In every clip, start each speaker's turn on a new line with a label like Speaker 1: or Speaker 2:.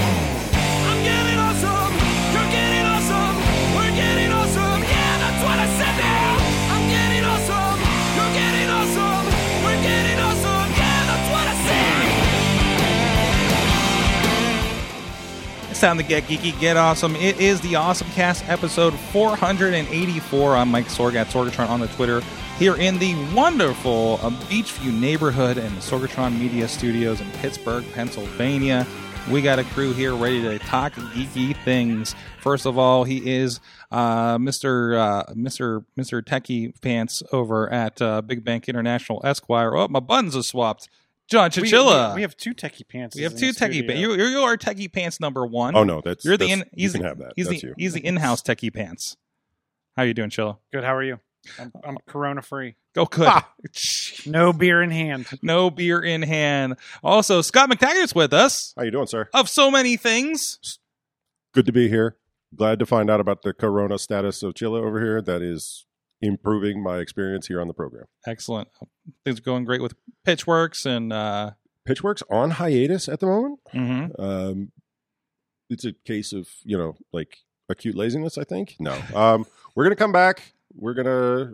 Speaker 1: I'm getting awesome. You're getting awesome. We're getting awesome. Yeah, that's what I said now. I'm getting awesome. You're getting awesome. We're getting awesome. Yeah, that's what I said.
Speaker 2: It's time to get geeky, get awesome. It is the Awesome Cast episode 484. I'm Mike Sorg at Sorgatron on the Twitter here in the wonderful um, Beachview neighborhood in the Sorgatron Media Studios in Pittsburgh, Pennsylvania. We got a crew here ready to talk geeky things. First of all, he is uh, Mr. Uh, Mr. Mr. Techie Pants over at uh, Big Bank International Esquire. Oh, my buttons are swapped. John
Speaker 3: We-
Speaker 2: Chichilla.
Speaker 3: We, we have two techie pants.
Speaker 2: We have two techie pants. You, you are techie pants number one.
Speaker 4: Oh no, that's
Speaker 2: you're the
Speaker 4: that's-
Speaker 2: in, he's
Speaker 4: you can
Speaker 2: the,
Speaker 4: have that.
Speaker 2: He's
Speaker 4: that's
Speaker 2: the
Speaker 4: you.
Speaker 2: he's the in-house techie pants. How you doing, Chilla?
Speaker 3: Good. How are you? I'm,
Speaker 2: Oh.
Speaker 3: I'm Corona free.
Speaker 2: Go good.
Speaker 3: No beer in hand.
Speaker 2: no beer in hand. Also, Scott McTaggart's with us
Speaker 4: How you doing, sir?
Speaker 2: of so many things.
Speaker 4: Good to be here. Glad to find out about the corona status of Chilla over here. That is improving my experience here on the program.
Speaker 2: Excellent. Things are going great with Pitchworks and uh,
Speaker 4: Pitchworks on hiatus at the moment.
Speaker 2: mhm.
Speaker 4: Um, it's a case of you know like acute laziness. I think no. Um, we're gonna come back. We're gonna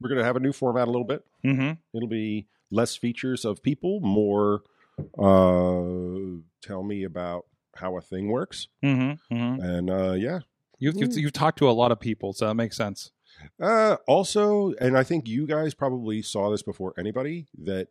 Speaker 4: we're gonna have a new format a little bit.
Speaker 2: Mhm.
Speaker 4: It'll be less features of people, more uh, tell me about how a thing works.
Speaker 2: Mhm. Mhm.
Speaker 4: And uh, yeah,
Speaker 2: You've, you've you've talked to a lot of people, so that makes sense.
Speaker 4: Uh, also, and I think you guys probably saw this before anybody that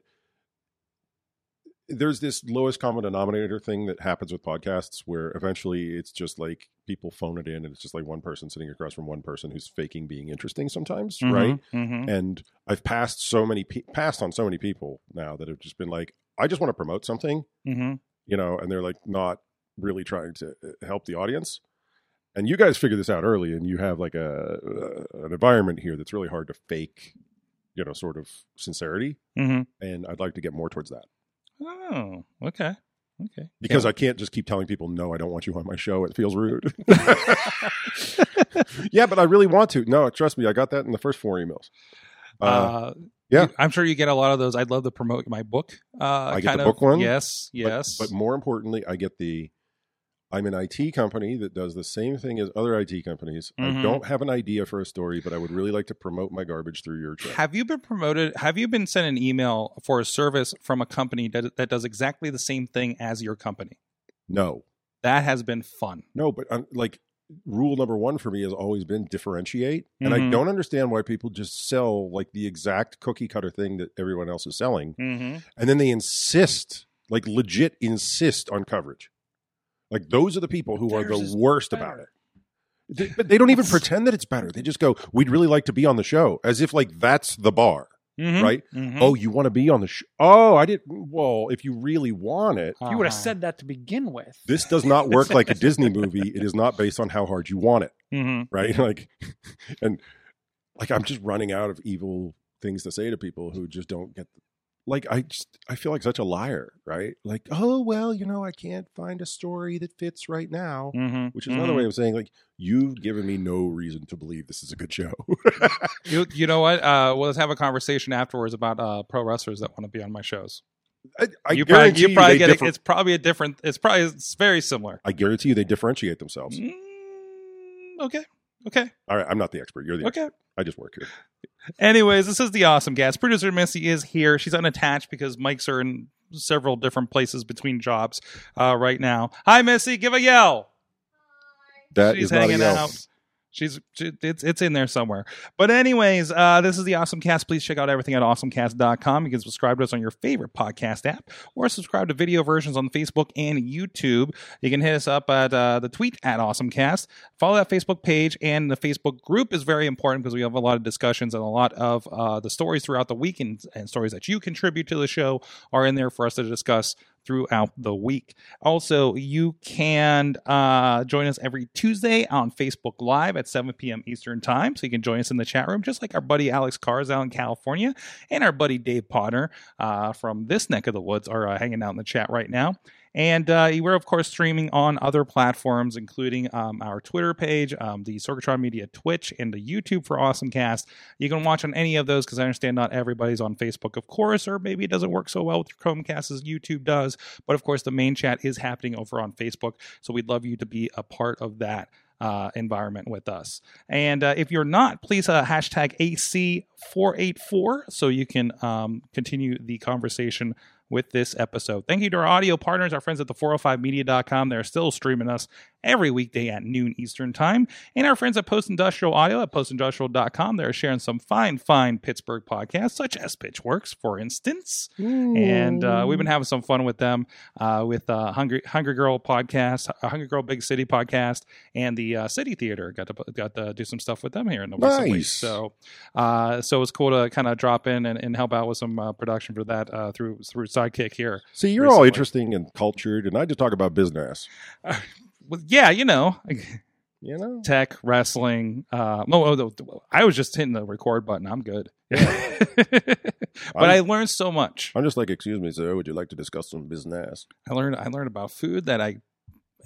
Speaker 4: there's this lowest common denominator thing that happens with podcasts where eventually it's just like people phone it in and it's just like one person sitting across from one person who's faking being interesting sometimes, right?
Speaker 2: Mhm.
Speaker 4: And I've passed so many pe- passed on so many people now that have just been like, I just want to promote something
Speaker 2: Mhm.
Speaker 4: you know, and they're like not really trying to uh, help the audience. And you guys figure this out early, and you have like a uh, an environment here that's really hard to fake, you know, sort of sincerity.
Speaker 2: Mhm.
Speaker 4: And I'd like to get more towards that
Speaker 2: Oh, okay, okay.
Speaker 4: because I can't just keep telling people, no, I don't want you on my show. It feels rude. yeah, but I really want to. No, trust me, I got that in the first four emails. Uh,
Speaker 2: uh,
Speaker 4: yeah.
Speaker 2: you- I'm sure you get a lot of those. I'd love to promote my book. Uh, I
Speaker 4: get the book one?
Speaker 2: Yes,
Speaker 4: But-
Speaker 2: yes.
Speaker 4: But, more importantly, I get the I'm an IT company that does the same thing as other IT companies.
Speaker 2: Mhm.
Speaker 4: I don't have an idea for a story, but I would really like to promote my garbage through your show.
Speaker 2: have you been promoted? Have you been sent an email for a service from a company that, that does exactly the same thing as your company?
Speaker 4: no,
Speaker 2: That has been fun.
Speaker 4: no, but I'm like rule number one for me has always been differentiate, and I
Speaker 2: Mhm.
Speaker 4: don't understand why people just sell like the exact cookie cutter thing that everyone else is selling,
Speaker 2: Mm-hmm.
Speaker 4: and then they insist, like legit insist on coverage. Like those are the people who are
Speaker 3: Theirs
Speaker 4: the
Speaker 3: is
Speaker 4: worst about it. They- but they don't even pretend that it's better. They just go, "We'd really like to be on the show," as if like that's the bar,
Speaker 2: Mm-hmm.
Speaker 3: Mm-hmm.
Speaker 4: right? Oh, you want to be on the show? Oh, I didn't. Well, if you really want it,
Speaker 2: Uh-huh.
Speaker 3: You would have said that to begin with.
Speaker 4: this does not work like a Disney movie. It is not based on how hard you want it,
Speaker 2: Mm-hmm.
Speaker 4: right? Like, and like I'm just running out of evil things to say to people who just don't get. Like I just I feel like such a liar, right? Like, oh well, you know, I can't find a story that fits right now
Speaker 2: Mm-hmm.
Speaker 4: which is another way of saying like you've given me no reason to believe this is a good show.
Speaker 2: You, you know what? Uh, well, let's have a conversation afterwards about uh, pro wrestlers that want to be on my shows.
Speaker 4: I, I
Speaker 2: you probably,
Speaker 4: guarantee
Speaker 2: you probably
Speaker 4: they
Speaker 2: get it.
Speaker 4: differ-
Speaker 2: It's probably a different. It's probably it's very similar.
Speaker 4: I guarantee you they differentiate themselves.
Speaker 2: Mm-hmm. Mm, okay. Okay.
Speaker 4: All right, I'm not the expert. You're the.
Speaker 2: Okay.
Speaker 4: expert. I just work here.
Speaker 2: Anyways, this is the awesome guest. Producer Missy is here. She's unattached because mics are in several different places between jobs uh, right now. Hi, Missy. Give a yell.
Speaker 4: That
Speaker 2: She's
Speaker 4: is not a
Speaker 2: hanging
Speaker 4: yell.
Speaker 2: out. She's she, it's it's in there somewhere. But anyways, uh, this is the Awesome Cast. Please check out everything at awesomecast.com. You can subscribe to us on your favorite podcast app or subscribe to video versions on Facebook and YouTube. You can hit us up at uh, the tweet at awesomecast. Follow that Facebook page and the Facebook group is very important because we have a lot of discussions and a lot of uh, the stories throughout the week and, and stories that you contribute to the show are in there for us to discuss throughout the week. Also, you can uh, join us every Tuesday on Facebook Live at 7 p.m. Eastern Time. So you can join us in the chat room, just like our buddy Alex Cars out in California and our buddy Dave Potter uh, from this neck of the woods are uh, hanging out in the chat right now. And uh, we're, of course, streaming on other platforms, including um, our Twitter page, um, the Sorgatron Media Twitch, and the YouTube for Awesome Cast. You can watch on any of those because I understand not everybody's on Facebook, of course, or maybe it doesn't work so well with your Chromecast as YouTube does. But of course, the main chat is happening over on Facebook. So we'd love you to be a part of that. Uh, environment with us. And uh, if you're not, please uh, hashtag AC484 so you can um, continue the conversation with this episode. Thank you to our audio partners, our friends at the 405media.com. They're still streaming us every weekday at noon Eastern Time. And our friends at Post Industrial Audio at postindustrial.com. They're sharing some fine, fine Pittsburgh podcasts, such as Pitchworks, for instance. And uh, we've been having some fun with them uh, with uh, Hungry Hungry Girl podcast, uh, Hungry Girl Big City podcast, and the uh, City Theater. Got to got to do some stuff with them here in the recent
Speaker 4: Nice.
Speaker 2: weeks. So, uh, so it was cool to kind of drop in and, and help out with some uh, production for that uh, through through Sidekick here.
Speaker 4: See, you're all
Speaker 2: Recently. interesting
Speaker 4: interesting and cultured, and I just talk about business.
Speaker 2: Well, yeah, you know,
Speaker 4: You know,
Speaker 2: tech wrestling. Uh, no, oh, no, I was just hitting the record button. I'm good. but I learned so much.
Speaker 4: I'm just like, excuse me, sir. Would you like to discuss some business?
Speaker 2: I learned I learned about food that I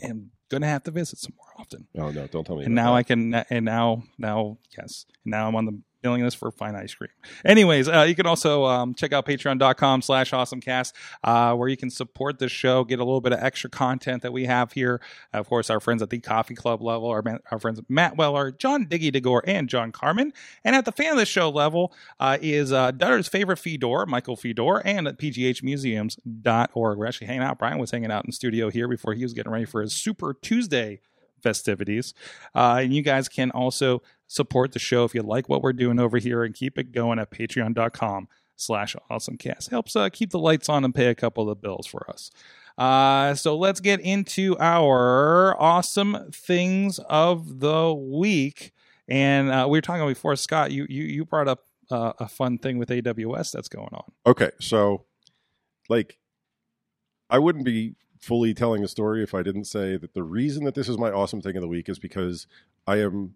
Speaker 2: am gonna have to visit some more often.
Speaker 4: Oh no, don't tell me.
Speaker 2: And now I can, and now, now, yes, and now I'm on the billing list for fine ice cream. Anyways, uh, you can also um, check out patreon.com slash awesomecast, uh, where you can support the show, get a little bit of extra content that we have here. Of course, our friends at the coffee club level, our, man- our friends Matt Weller, John Diggy DeGore, and John Carmen. And at the fan of the show level uh, is uh, Dutter's favorite Fedor, Michael Fedor, and at pghmuseums.org. We're actually hanging out. Brian was hanging out in studio here before he was getting ready for his Super Tuesday festivities. Uh, and you guys can also support the show if you like what we're doing over here and keep it going at patreon.com slash awesomecast. Helps uh, keep the lights on and pay a couple of the bills for us. Uh, so let's get into our awesome things of the week. And uh, we were talking before, Scott, you, you, you brought up uh, a fun thing with AWS that's going on.
Speaker 4: Okay, so like I wouldn't be fully telling a story if I didn't say that the reason that this is my awesome thing of the week is because I am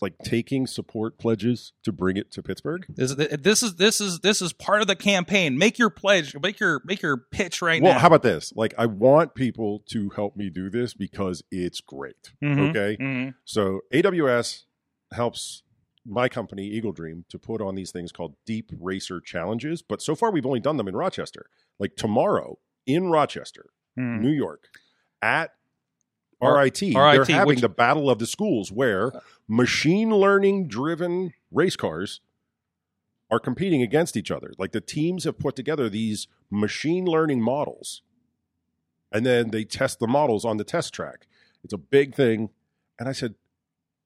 Speaker 4: like taking support pledges to bring it to Pittsburgh.
Speaker 2: This, this is this is this is part of the campaign. Make your pledge, make your make your pitch right
Speaker 4: well,
Speaker 2: now.
Speaker 4: how about this? Like I want people to help me do this because it's great.
Speaker 3: Mm-hmm.
Speaker 2: Mhm.
Speaker 4: Okay?
Speaker 2: Mhm.
Speaker 4: So AWS helps my company Eagle Dream to put on these things called deep racer challenges, but so far we've only done them in Rochester. Like tomorrow in Rochester,
Speaker 3: Mm-hmm.
Speaker 2: Mhm.
Speaker 4: New York, at
Speaker 2: R-
Speaker 4: RIT, they're
Speaker 2: RIT,
Speaker 4: having
Speaker 2: which- Uh.
Speaker 4: the battle of the schools where machine learning driven race cars are competing against each other. Like the teams have put together these machine learning models and then they test the models on the test track. It's a big thing. And I said,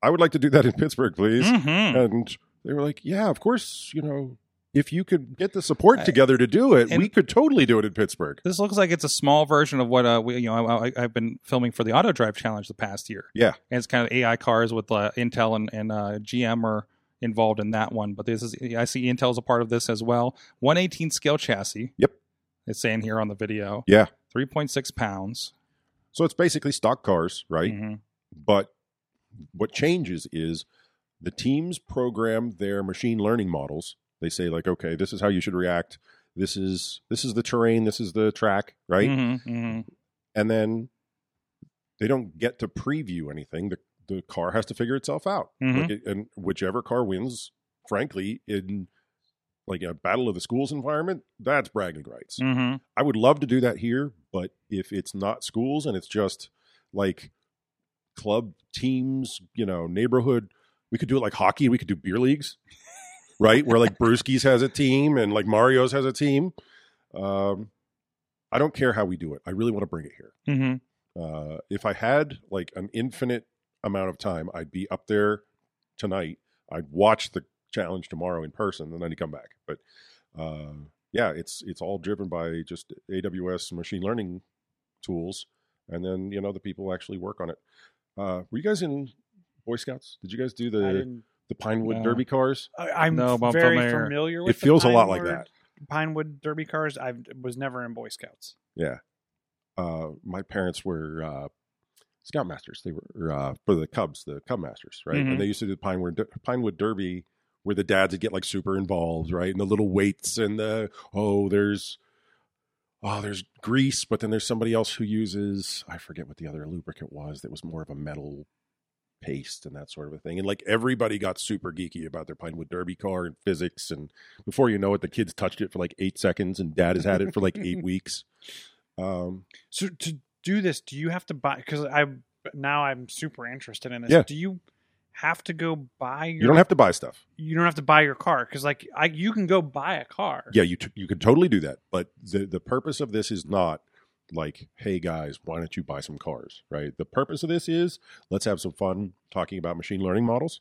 Speaker 4: I would like to do that in Pittsburgh, please.
Speaker 2: Mhm.
Speaker 4: And they were like, Yeah, of course, you know, if you could get the support
Speaker 2: I-
Speaker 4: together to do it,
Speaker 2: Uh, and-
Speaker 4: we could totally do it in Pittsburgh.
Speaker 2: This looks like it's a small version of what uh, we, you know I, I, I've been filming for the Auto Drive Challenge the past year.
Speaker 4: Yeah.
Speaker 2: and it's kind of AI cars with uh, Intel and, and uh, GM are involved in that one. But this is I see Intel's a part of this as well. One eighteen scale chassis.
Speaker 4: Yep.
Speaker 2: it's saying here on the video.
Speaker 4: Yeah.
Speaker 2: three point six pounds.
Speaker 4: So it's basically stock cars,
Speaker 3: Hmm.
Speaker 4: right?
Speaker 3: Mm-hmm.
Speaker 2: Mhm.
Speaker 4: But what changes is the teams program their machine learning models. They say like, okay, this is how you should react. This is this is the terrain. This is the track, right?
Speaker 3: Hmm.
Speaker 2: Mhm, mhm.
Speaker 3: Mm-hmm.
Speaker 4: And then they don't get to preview anything. The the car has to figure itself out.
Speaker 2: Mhm.
Speaker 4: Like it- and whichever car wins, frankly, in like a battle of the schools environment, that's bragging rights.
Speaker 3: Mm-hmm.
Speaker 2: Mhm.
Speaker 4: I would love to do that here, but if it's not schools and it's just like club teams, you know, neighborhood, we could do it like hockey. We could do beer leagues, right? Where like Brewski's has a team and like Mario's has a team. Um, I don't care how we do it. I really want to bring it here.
Speaker 3: Mm-hmm.
Speaker 2: Mhm.
Speaker 4: Uh, if I had like an infinite amount of time, I'd be up there tonight. I'd watch the challenge tomorrow in person, and then I'd come back. But uh, yeah, it's it's all driven by just AWS machine learning tools, and then you know the people actually work on it. Uh, were you guys in Boy Scouts? Did you guys do
Speaker 3: I
Speaker 4: the
Speaker 3: didn't,
Speaker 4: the Pinewood
Speaker 2: No.
Speaker 4: Derby cars?
Speaker 3: I- I'm
Speaker 2: No, but I'm
Speaker 3: very
Speaker 2: familiar.
Speaker 3: familiar. with
Speaker 4: It
Speaker 3: the
Speaker 4: feels a lot like
Speaker 3: Pinewood-
Speaker 4: that.
Speaker 3: Pinewood Derby cars. I was never in Boy Scouts.
Speaker 4: Yeah, uh, my parents were uh, scoutmasters. They were uh, for the Cubs, the Cub Masters, right?
Speaker 3: Mhm.
Speaker 4: And they used to do the Pinewood Pinewood Derby, where the dads would get like super involved, right? And the little weights and the oh, there's oh, there's grease, but then there's somebody else who uses I forget what the other lubricant was that was more of a metal paste and that sort of a thing. And like everybody got super geeky about their Pinewood Derby car and physics. And before you know it, the kids touched it for like eight seconds, and dad has had it for like eight weeks. Um,
Speaker 3: So to do this, do you have to buy? Because I now I'm super interested in this.
Speaker 4: Yeah.
Speaker 3: Do you have to go buy? Your,
Speaker 4: you don't have to buy stuff.
Speaker 3: You don't have to buy your car because like I, you can go buy a car.
Speaker 4: Yeah, you t- you can totally do that, but the the purpose of this is not like, hey guys, why don't you buy some cars, right? The purpose of this is let's have some fun talking about machine learning models,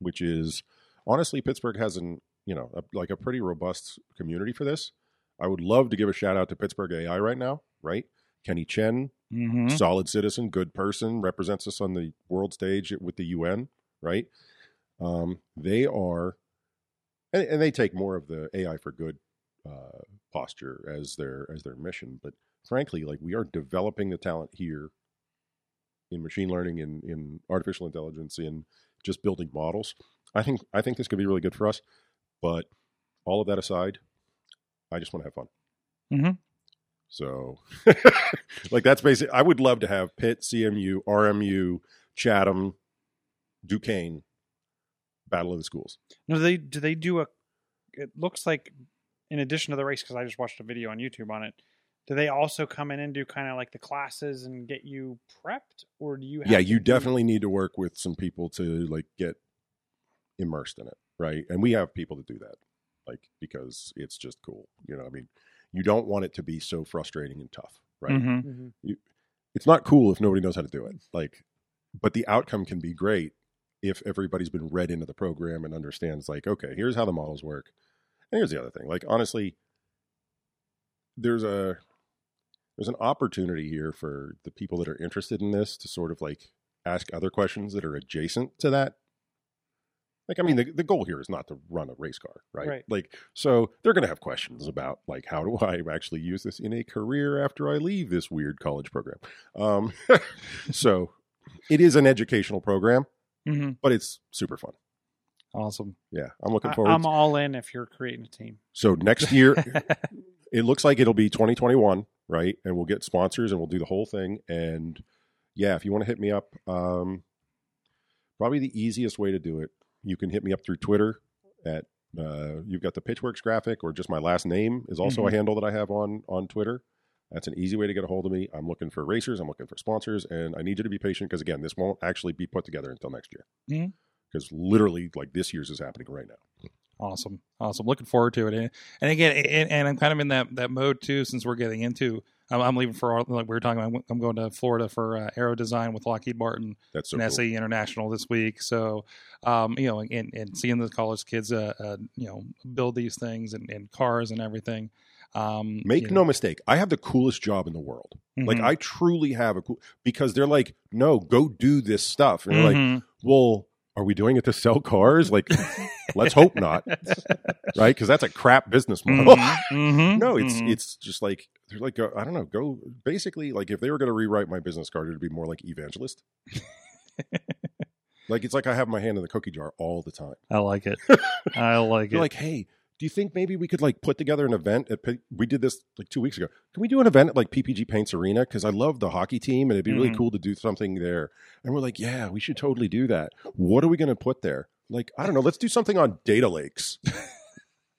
Speaker 4: which is honestly Pittsburgh has an you know a, like a pretty robust community for this. I would love to give a shout out to Pittsburgh AI right now, right? Kenny Chen,
Speaker 3: Mm-hmm.
Speaker 4: solid citizen, good person, represents us on the world stage with the UN, right? Um, they are, and, and they take more of the AI for good uh, posture as their as their mission. But frankly, like we are developing the talent here in machine learning, in in artificial intelligence, in just building models. I think I think this could be really good for us. But all of that aside, I just want to have fun.
Speaker 3: Mhm.
Speaker 4: So, like that's basic. I would love to have Pitt, CMU, RMU, Chatham, Duquesne, Battle of the Schools.
Speaker 3: No, they do they do a? It looks like in addition to the race because I just watched a video on YouTube on it. Do they also come in and do kind of like the classes and get you prepped, or do you? Have
Speaker 4: yeah,
Speaker 3: to
Speaker 4: you
Speaker 3: do-
Speaker 4: definitely need to work with some people to like get immersed in it, right? And we have people to do that, like because it's just cool. You know, what I mean, you don't want it to be so frustrating and tough, right?
Speaker 2: Mhm.
Speaker 3: Mhm.
Speaker 4: it's not cool if nobody knows how to do it. Like, but the outcome can be great if everybody's been read into the program and understands, like, okay, here's how the models work. And here's the other thing. Like, honestly, there's a there's an opportunity here for the people that are interested in this to sort of like ask other questions that are adjacent to that. Like, I mean, the, the goal here is not to run a race car, right?
Speaker 3: Right.
Speaker 4: Like, so they're going to have questions about, like, how do I actually use this in a career after I leave this weird college program? Um, so it is an educational program,
Speaker 3: Mhm.
Speaker 4: but it's super fun.
Speaker 2: Awesome.
Speaker 4: Yeah, I'm looking
Speaker 3: I,
Speaker 4: forward.
Speaker 3: I'm
Speaker 4: to-
Speaker 3: all in if you're creating a team.
Speaker 4: so next year, it looks like it'll be 2021, right? And we'll get sponsors and we'll do the whole thing. And yeah, if you want to hit me up, um, probably the easiest way to do it, you can hit me up through Twitter at uh, you've got the Pitchworks graphic, or just my last name is also a handle that I have on on Twitter. That's an easy way to get a hold of me. I'm looking for racers, I'm looking for sponsors, and I need you to be patient because again, this won't actually be put together until next year.
Speaker 2: Mhm.
Speaker 4: Because literally, like this year's is happening right now.
Speaker 2: Awesome, awesome. Looking forward to it. And, and again, and, and I'm kind of in that that mode too, since we're getting into. I'm, I'm leaving for like we were talking about. I'm going to Florida for uh, Aero Design with Lockheed Martin.
Speaker 4: That's so
Speaker 2: and
Speaker 4: cool.
Speaker 2: SAE International this week. So, um, you know, and, and seeing the college kids, uh, uh, you know, build these things and, and cars and everything. Um,
Speaker 4: Make
Speaker 2: you
Speaker 4: no
Speaker 2: know,
Speaker 4: mistake, I have the coolest job in the world. Like
Speaker 2: mhm,
Speaker 4: I truly have a cool because they're like, no, go do this stuff. And you're like,
Speaker 2: mhm.
Speaker 4: well, are we doing it to sell cars? Like, let's hope not, right? Because that's a crap business
Speaker 3: Mm-hmm.
Speaker 4: model.
Speaker 2: Mhm, mhm,
Speaker 4: no, it's
Speaker 2: mhm.
Speaker 4: it's just like they're like, uh, I don't know, go basically like if they were going to rewrite my business card, it'd be more like evangelist. like it's like I have my hand in the cookie jar all the time.
Speaker 2: Mm-hmm. I like it. I like
Speaker 4: You're
Speaker 2: it.
Speaker 4: like, hey, do you think maybe we could like put together an event? At, P- we did this like two weeks ago. Can we do an event at like PPG Paints Arena? Because I love the hockey team and it'd be really
Speaker 2: Mhm.
Speaker 4: cool to do something there. And we're like, yeah, we should totally do that. What are we going to put there? Like, I don't know. Let's do something on data lakes.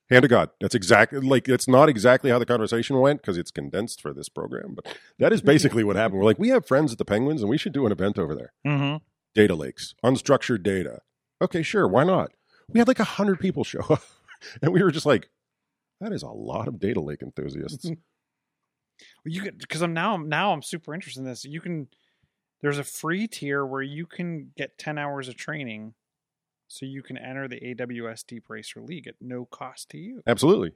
Speaker 4: Hand to God. That's exactly like it's not exactly how the conversation went because it's condensed for this program, but that is basically what happened. We're like, we have friends at the Penguins and we should do an event over there
Speaker 3: Mm-hmm.
Speaker 4: data lakes, unstructured data. Okay, sure, why not? We had like a hundred people show up, and we were just like, "That is a lot of data lake enthusiasts."
Speaker 3: You could because I'm now now I'm super interested in this. You can there's a free tier where you can get ten hours of training, so you can enter the AWS Deep Racer League at no cost to you.
Speaker 4: Absolutely.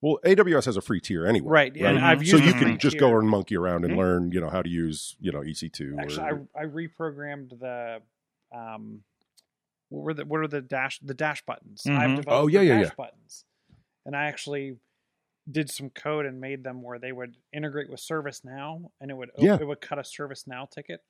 Speaker 4: Well, AWS has a free tier anyway,
Speaker 3: Right, and
Speaker 2: Right.
Speaker 3: I've used
Speaker 4: so you
Speaker 3: the
Speaker 4: can
Speaker 3: free
Speaker 4: just
Speaker 3: tier.
Speaker 4: go and monkey around and
Speaker 3: Mhm.
Speaker 4: learn, you know, how to use, you know, EC2.
Speaker 3: Actually,
Speaker 4: or,
Speaker 3: I, I reprogrammed the um, what were the what are the dash the dash buttons?
Speaker 2: Mhm.
Speaker 3: I've developed
Speaker 4: Mm-hmm. Oh, yeah,
Speaker 3: the
Speaker 4: yeah,
Speaker 3: dash
Speaker 4: yeah.
Speaker 3: buttons, and I actually did some code and made them where they would integrate with ServiceNow and it would op-
Speaker 4: Yeah.
Speaker 3: it would cut a ServiceNow ticket.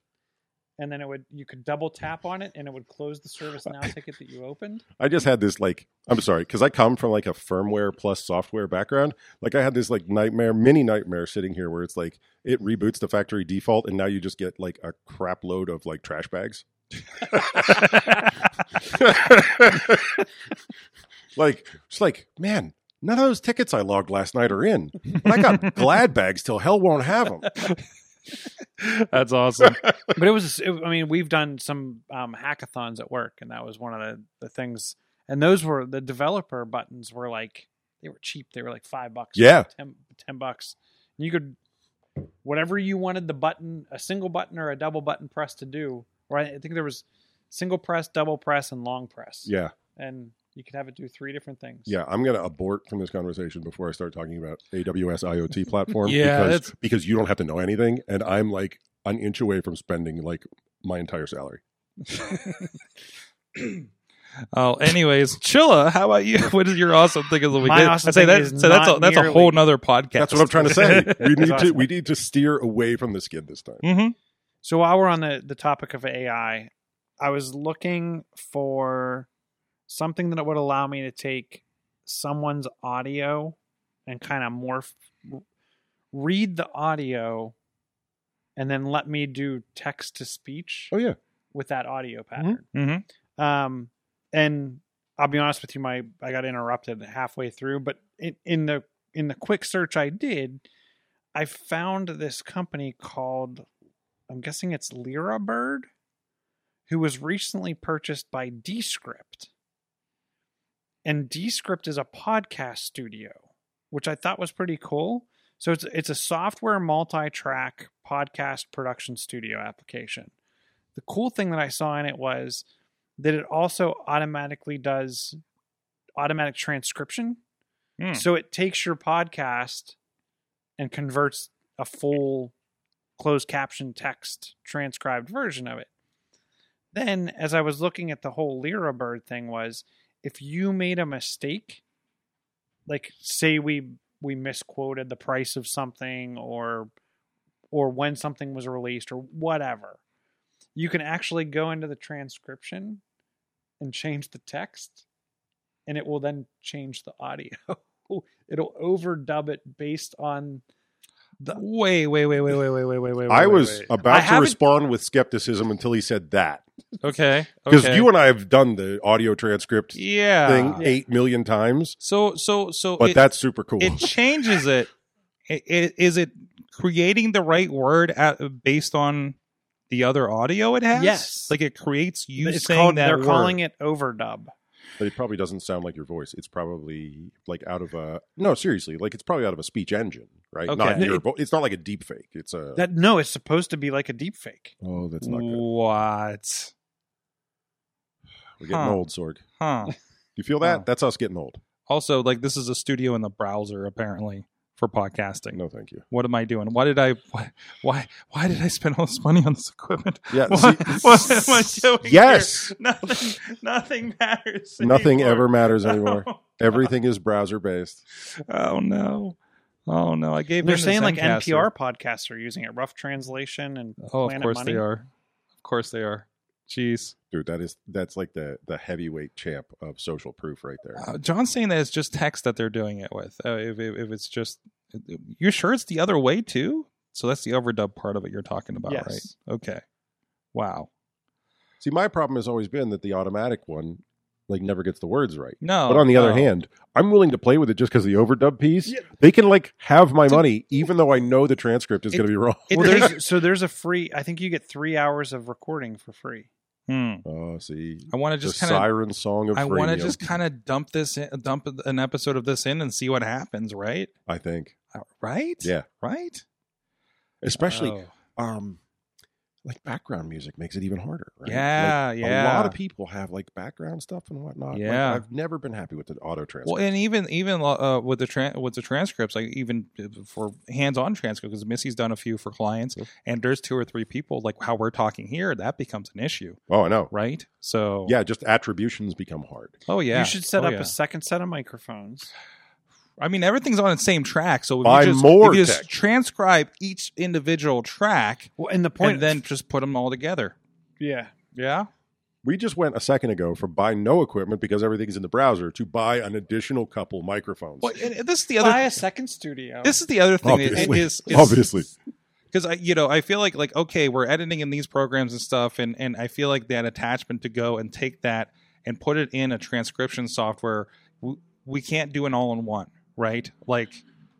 Speaker 3: And then it would you could double tap on it and it would close the ServiceNow ticket that you opened.
Speaker 4: I just had this like I'm sorry because I come from like a firmware plus software background. Like I had this like nightmare, mini nightmare sitting here where it's like it reboots the factory default, and now you just get like a crap load of like trash bags. like it's like man, none of those tickets I logged last night are in. But I got glad bags till hell won't have them.
Speaker 5: That's awesome.
Speaker 3: but it was it, i mean we've done some um, hackathons at work and that was one of the, the things and those were the developer buttons were like they were cheap they were like five bucks
Speaker 4: Yeah.
Speaker 3: 10, 10 bucks and you could whatever you wanted the button a single button or a double button press to do or i think there was single press double press and long press
Speaker 4: Yeah,
Speaker 3: and you could have it do three different things
Speaker 4: yeah. I'm gonna abort from this conversation before I start talking about AWS IoT platform.
Speaker 5: Yeah,
Speaker 4: because
Speaker 5: that's-
Speaker 4: because you don't have to know anything, and I'm like an inch away from spending like my entire salary.
Speaker 2: Oh, anyways, Chilla, how about you? What is your awesome thing of the week?
Speaker 3: My awesome
Speaker 2: I say
Speaker 3: thing
Speaker 2: that,
Speaker 3: is
Speaker 2: so that's a,
Speaker 3: not
Speaker 2: that's a
Speaker 3: nearly-
Speaker 2: whole nother podcast.
Speaker 4: That's what I'm trying to say. We need to
Speaker 3: awesome.
Speaker 4: we need to steer away from the skid this time.
Speaker 2: Mm-hmm.
Speaker 3: So while we're on the, the topic of AI, I was looking for something that would allow me to take someone's audio and kind of morph, read the audio, and then let me do text to speech
Speaker 4: Oh yeah, Mm-hmm.
Speaker 3: with that audio pattern.
Speaker 2: Mhm.
Speaker 3: Um, and I'll be honest with you, my I got interrupted halfway through, but in, in the in the quick search I did, I found this company called, I'm guessing it's Lyra Bird, who was recently purchased by Descript. And Descript is a podcast studio, which I thought was pretty cool. So it's it's a software multi-track podcast production studio application the cool thing that I saw in it was that it also automatically does automatic transcription.
Speaker 2: Hmm.
Speaker 3: So it takes your podcast and converts a full closed caption text transcribed version of it. Then as I was looking at the whole Lyra bird thing was if you made a mistake, like say we we misquoted the price of something or or when something was released or whatever you can actually go into the transcription and change the text and it will then change the audio it'll overdub it based on
Speaker 2: Wait, wait, wait, wait, wait, wait, wait, wait, wait.
Speaker 4: I
Speaker 2: wait,
Speaker 4: was
Speaker 2: wait.
Speaker 3: I
Speaker 4: about to
Speaker 3: haven't-
Speaker 4: respond with skepticism until he said that
Speaker 2: okay
Speaker 4: because
Speaker 2: okay.
Speaker 4: you and I have done the audio transcript
Speaker 2: yeah.
Speaker 4: thing
Speaker 3: Yeah.
Speaker 4: eight million times,
Speaker 2: So so so
Speaker 4: but
Speaker 2: it,
Speaker 4: that's super cool.
Speaker 2: it changes it. I- i- Is it creating the right word at, based on the other audio it has?
Speaker 3: Yes.
Speaker 2: like it creates you
Speaker 3: it's
Speaker 2: saying
Speaker 3: called
Speaker 2: that
Speaker 3: they're
Speaker 2: word.
Speaker 3: calling it overdub
Speaker 4: but it probably doesn't sound like your voice. It's probably like out of a no, seriously, like it's probably out of a speech engine, right? Not
Speaker 2: Okay.
Speaker 4: your vo- It's not like a deep fake. It's a
Speaker 3: that no it's supposed to be like a deep fake
Speaker 4: oh, that's not good.
Speaker 2: What?
Speaker 4: We're getting
Speaker 2: huh.
Speaker 4: old, Sorg.
Speaker 2: Huh.
Speaker 4: You feel that?
Speaker 2: Huh.
Speaker 4: That's us getting old.
Speaker 2: Also, like this is a studio in the browser apparently for podcasting.
Speaker 4: No, thank you.
Speaker 2: What am I doing? Why did I? Why? Why, why did I spend all this money on this equipment?
Speaker 4: Yeah.
Speaker 2: What,
Speaker 4: see-
Speaker 2: what am I doing? here?
Speaker 4: Yes.
Speaker 2: Nothing. Nothing matters.
Speaker 4: Nothing
Speaker 2: anymore.
Speaker 4: ever matters anymore. Everything is browser based.
Speaker 2: Oh no. Oh no. I gave.
Speaker 3: they're
Speaker 2: in to
Speaker 3: saying like
Speaker 2: Zencastr.
Speaker 3: npr podcasts are using it rough translation and
Speaker 2: Oh, of
Speaker 3: Planet
Speaker 2: course
Speaker 3: Money.
Speaker 2: they are. Of course they are. Jeez.
Speaker 4: Dude, that is that's like the the heavyweight champ of social proof right there.
Speaker 2: Uh, John's saying that it's just text that they're doing it with. Uh, if, if if it's just, you're sure it's the other way too? So that's the overdub part of it you're talking about,
Speaker 3: Yes.
Speaker 2: right? Okay. Wow.
Speaker 4: See, my problem has always been that the automatic one like never gets the words right.
Speaker 2: No.
Speaker 4: But on the other
Speaker 2: no.
Speaker 4: hand, I'm willing to play with it just because the overdub piece. They can like have my money, even though I know the transcript is
Speaker 2: It-
Speaker 4: going to be wrong.
Speaker 2: It
Speaker 3: well,
Speaker 2: takes-
Speaker 3: there's, so there's a free i think you get three hours of recording for free
Speaker 2: Hmm.
Speaker 4: Oh, see,
Speaker 2: I want to
Speaker 4: just
Speaker 2: just
Speaker 4: the
Speaker 2: kind of.
Speaker 4: siren song of
Speaker 2: I want to
Speaker 4: freemium,
Speaker 2: just kind of dump this, in, dump an episode of this in, and see what happens. Right.
Speaker 4: I think,
Speaker 2: Uh, Right.
Speaker 4: Yeah.
Speaker 2: Right.
Speaker 4: especially
Speaker 2: Oh.
Speaker 4: um, like background music makes it even harder. Right?
Speaker 2: Yeah.
Speaker 4: Like,
Speaker 2: yeah.
Speaker 4: A lot of people have like background stuff and whatnot. Like,
Speaker 2: Yeah.
Speaker 4: I've never been happy with the auto transcript.
Speaker 2: Well, and even even uh, with the tran with the transcripts, like even for hands-on transcripts, because Missy's done a few for clients, and there's two or three people like how we're talking here, that becomes an issue,
Speaker 4: oh, I know.
Speaker 2: right? So
Speaker 4: Yeah, just attributions become hard.
Speaker 2: oh yeah,
Speaker 3: you should set
Speaker 2: Oh,
Speaker 3: up
Speaker 2: yeah.
Speaker 3: a second set of microphones
Speaker 2: I mean, everything's on the same track. So if
Speaker 4: Buy
Speaker 2: you just,
Speaker 4: more
Speaker 2: if you just
Speaker 4: tech.
Speaker 2: transcribe each individual track
Speaker 3: Well, and the point
Speaker 2: and then just put them all together.
Speaker 3: yeah,
Speaker 2: Yeah.
Speaker 4: We just went a second ago from buy no equipment because everything's in the browser to buy an additional couple microphones.
Speaker 2: Well, and- and this is the
Speaker 3: buy
Speaker 2: other.
Speaker 3: a second studio.
Speaker 2: This is the other thing. that
Speaker 4: Obviously.
Speaker 2: is, is,
Speaker 4: Obviously,
Speaker 2: because I, you know, I feel like like okay, we're editing in these programs and stuff, and and I feel like that attachment to go and take that and put it in a transcription software, we, we can't do an all in one, right? Like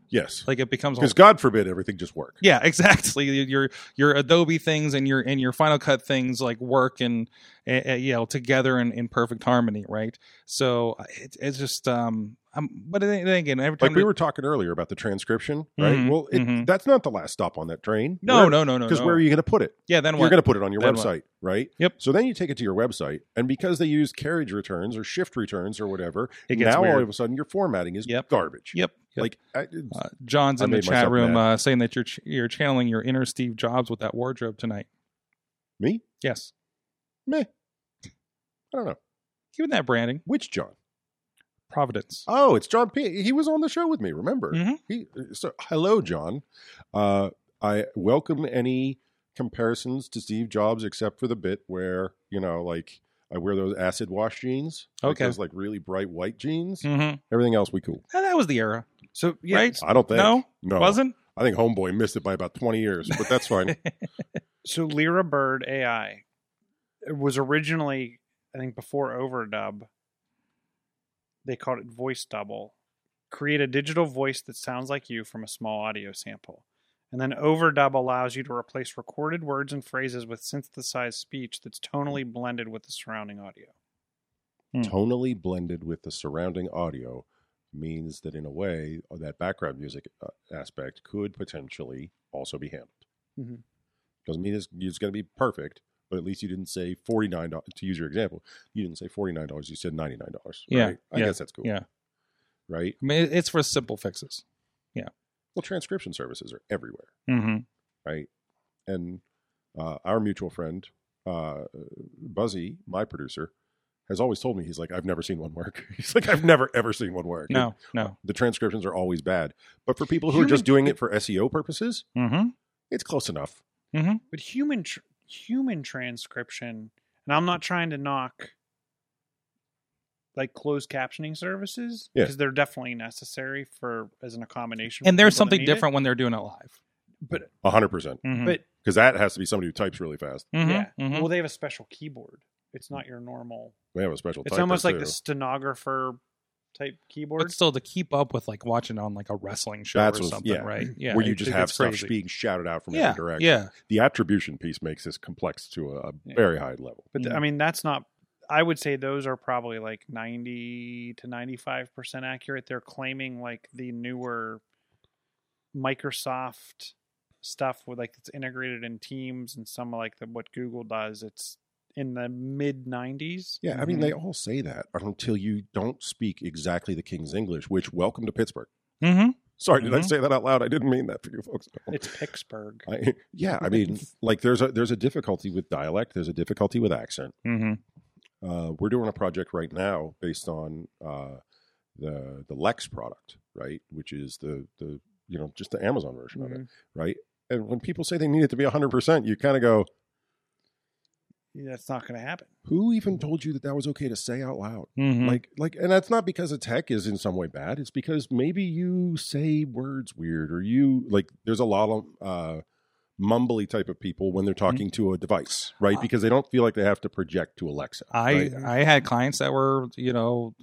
Speaker 4: yes,
Speaker 2: like it becomes a
Speaker 4: because God forbid everything just work.
Speaker 2: yeah, exactly. Your your Adobe things and your and your Final Cut things like work and uh, uh, you know together in, in perfect harmony, right? So uh, it, it's just um, I'm, but then again, every time
Speaker 4: Like we were talking earlier about the transcription, right?
Speaker 2: Mhm,
Speaker 4: Well, it,
Speaker 2: mhm.
Speaker 4: that's not the last stop on that train.
Speaker 2: no, no, no, no,
Speaker 4: Because
Speaker 2: no.
Speaker 4: where are you going to put it?
Speaker 2: Yeah, then
Speaker 4: You're
Speaker 2: what?
Speaker 4: going to put it on your
Speaker 2: Then what?
Speaker 4: website, right?
Speaker 2: Yep.
Speaker 4: So then you take it to your website, and because they use carriage returns or shift returns or whatever,
Speaker 2: It gets
Speaker 4: now all
Speaker 2: weird.
Speaker 4: of a sudden your formatting is
Speaker 2: Yep.
Speaker 4: garbage.
Speaker 2: Yep. yep.
Speaker 4: Like I,
Speaker 2: Uh, John's
Speaker 4: I
Speaker 2: in the
Speaker 4: made
Speaker 2: chat
Speaker 4: myself
Speaker 2: room
Speaker 4: mad.
Speaker 2: uh, saying that you're ch- you're channeling your inner Steve Jobs with that wardrobe tonight.
Speaker 4: me,
Speaker 2: Yes,
Speaker 4: meh. I don't know
Speaker 2: given that branding,
Speaker 4: which John.
Speaker 2: Providence.
Speaker 4: Oh, it's John P. He was on the show with me. Remember?
Speaker 2: Mhm.
Speaker 4: He, so, hello, John. Uh, I welcome any comparisons to Steve Jobs, except for the bit where you know, like I wear those acid wash jeans. like
Speaker 2: Okay.
Speaker 4: those like really bright white jeans.
Speaker 2: Mm-hmm.
Speaker 4: Everything else, we cool.
Speaker 2: that was the era.
Speaker 3: so yeah,
Speaker 2: Right?
Speaker 4: I don't think.
Speaker 2: no,
Speaker 4: no.
Speaker 2: wasn't.
Speaker 4: I think Homeboy missed it by about twenty years, but that's fine.
Speaker 3: So Lyra Bird AI it was originally, I think, before Overdub. They called it Voice Double. Create a digital voice that sounds like you from a small audio sample. And then Overdub allows you to replace recorded words and phrases with synthesized speech that's tonally blended with the surrounding audio.
Speaker 4: Tonally blended with the surrounding audio means that, in a way, that background music uh, aspect could potentially also be handled.
Speaker 2: Mm-hmm.
Speaker 3: Mhm.
Speaker 4: Doesn't mean it's, it's going to be perfect, but at least you didn't say forty nine dollars. To use your example, you didn't say forty nine dollars. You said ninety nine dollars.
Speaker 2: Yeah,
Speaker 4: right? I
Speaker 2: yeah,
Speaker 4: guess that's cool.
Speaker 2: yeah.
Speaker 4: right.
Speaker 2: I mean, it- it's for simple fixes.
Speaker 4: Well, transcription services are everywhere.
Speaker 2: Mm-hmm.
Speaker 4: right? And uh, our mutual friend, uh, Buzzy, my producer, has always told me he's like, I've never seen one work. He's like, I've never ever seen one work.
Speaker 2: No, no.
Speaker 4: the transcriptions are always bad. But for people who are
Speaker 3: Human-
Speaker 4: just doing it for SEO purposes,
Speaker 2: Mm-hmm.
Speaker 4: it's close enough.
Speaker 3: but human tr- human transcription and i'm not trying to knock like closed captioning services
Speaker 4: Yeah.
Speaker 3: because they're definitely necessary for as an accommodation for
Speaker 2: And there's
Speaker 3: people that
Speaker 2: something
Speaker 3: need it. Mm-hmm.
Speaker 2: different when they're doing it live.
Speaker 3: but
Speaker 4: hundred percent,
Speaker 2: Mhm.
Speaker 3: but
Speaker 4: because that has to be somebody who types really fast.
Speaker 2: Mhm,
Speaker 3: yeah
Speaker 2: mhm.
Speaker 3: well they have a special keyboard it's not your normal
Speaker 4: They have a special.
Speaker 3: it's
Speaker 4: typer,
Speaker 3: almost like
Speaker 4: too.
Speaker 3: the stenographer type keyboard
Speaker 2: but still to keep up with like watching on like a wrestling show
Speaker 4: That's
Speaker 2: or
Speaker 4: what's-
Speaker 2: something,
Speaker 4: yeah.
Speaker 2: right? Yeah,
Speaker 4: where you
Speaker 2: it-
Speaker 4: just
Speaker 2: it
Speaker 4: have
Speaker 2: gets
Speaker 4: stuff
Speaker 2: crazy.
Speaker 4: being shouted out from
Speaker 2: Yeah,
Speaker 4: every direction.
Speaker 2: yeah.
Speaker 4: The attribution piece makes this complex to a, a
Speaker 3: Yeah.
Speaker 4: very high level.
Speaker 3: but th- i mean that's not i would say those are probably like 90 to 95 percent accurate they're claiming like the newer microsoft stuff with like it's integrated in teams and some of, like the, what google does it's in the Mm-hmm. mid 90s
Speaker 4: Yeah, I mean, they all say that until you don't speak exactly the King's English, which, welcome to Pittsburgh.
Speaker 2: Mhm.
Speaker 4: Sorry, did I
Speaker 2: Mhm.
Speaker 4: say that out loud? I didn't mean that for you folks.
Speaker 3: it's pittsburgh
Speaker 4: I, yeah, I mean, like there's a there's a difficulty with dialect. There's a difficulty with accent.
Speaker 2: Mhm.
Speaker 4: Uh, we're doing a project right now based on uh, the the Lex product, right? Which is the the you know just the Amazon version of it,
Speaker 3: Mhm.
Speaker 4: right?
Speaker 2: Mm-hmm.
Speaker 4: And when people say they need it to be 100%, you kind of go,
Speaker 3: Mm-hmm. Yeah, that's not going to happen
Speaker 4: "Who even told you that that was okay to say out loud?"
Speaker 2: Mhm.
Speaker 4: like like and that's not because the tech is in some way bad it's because maybe you say words weird or you like there's a lot of uh mumbly type of people when they're talking to a device right
Speaker 2: Mm-hmm. Uh,
Speaker 4: because they don't feel like they have to project to alexa
Speaker 2: I
Speaker 4: right?
Speaker 2: I had clients that were you know,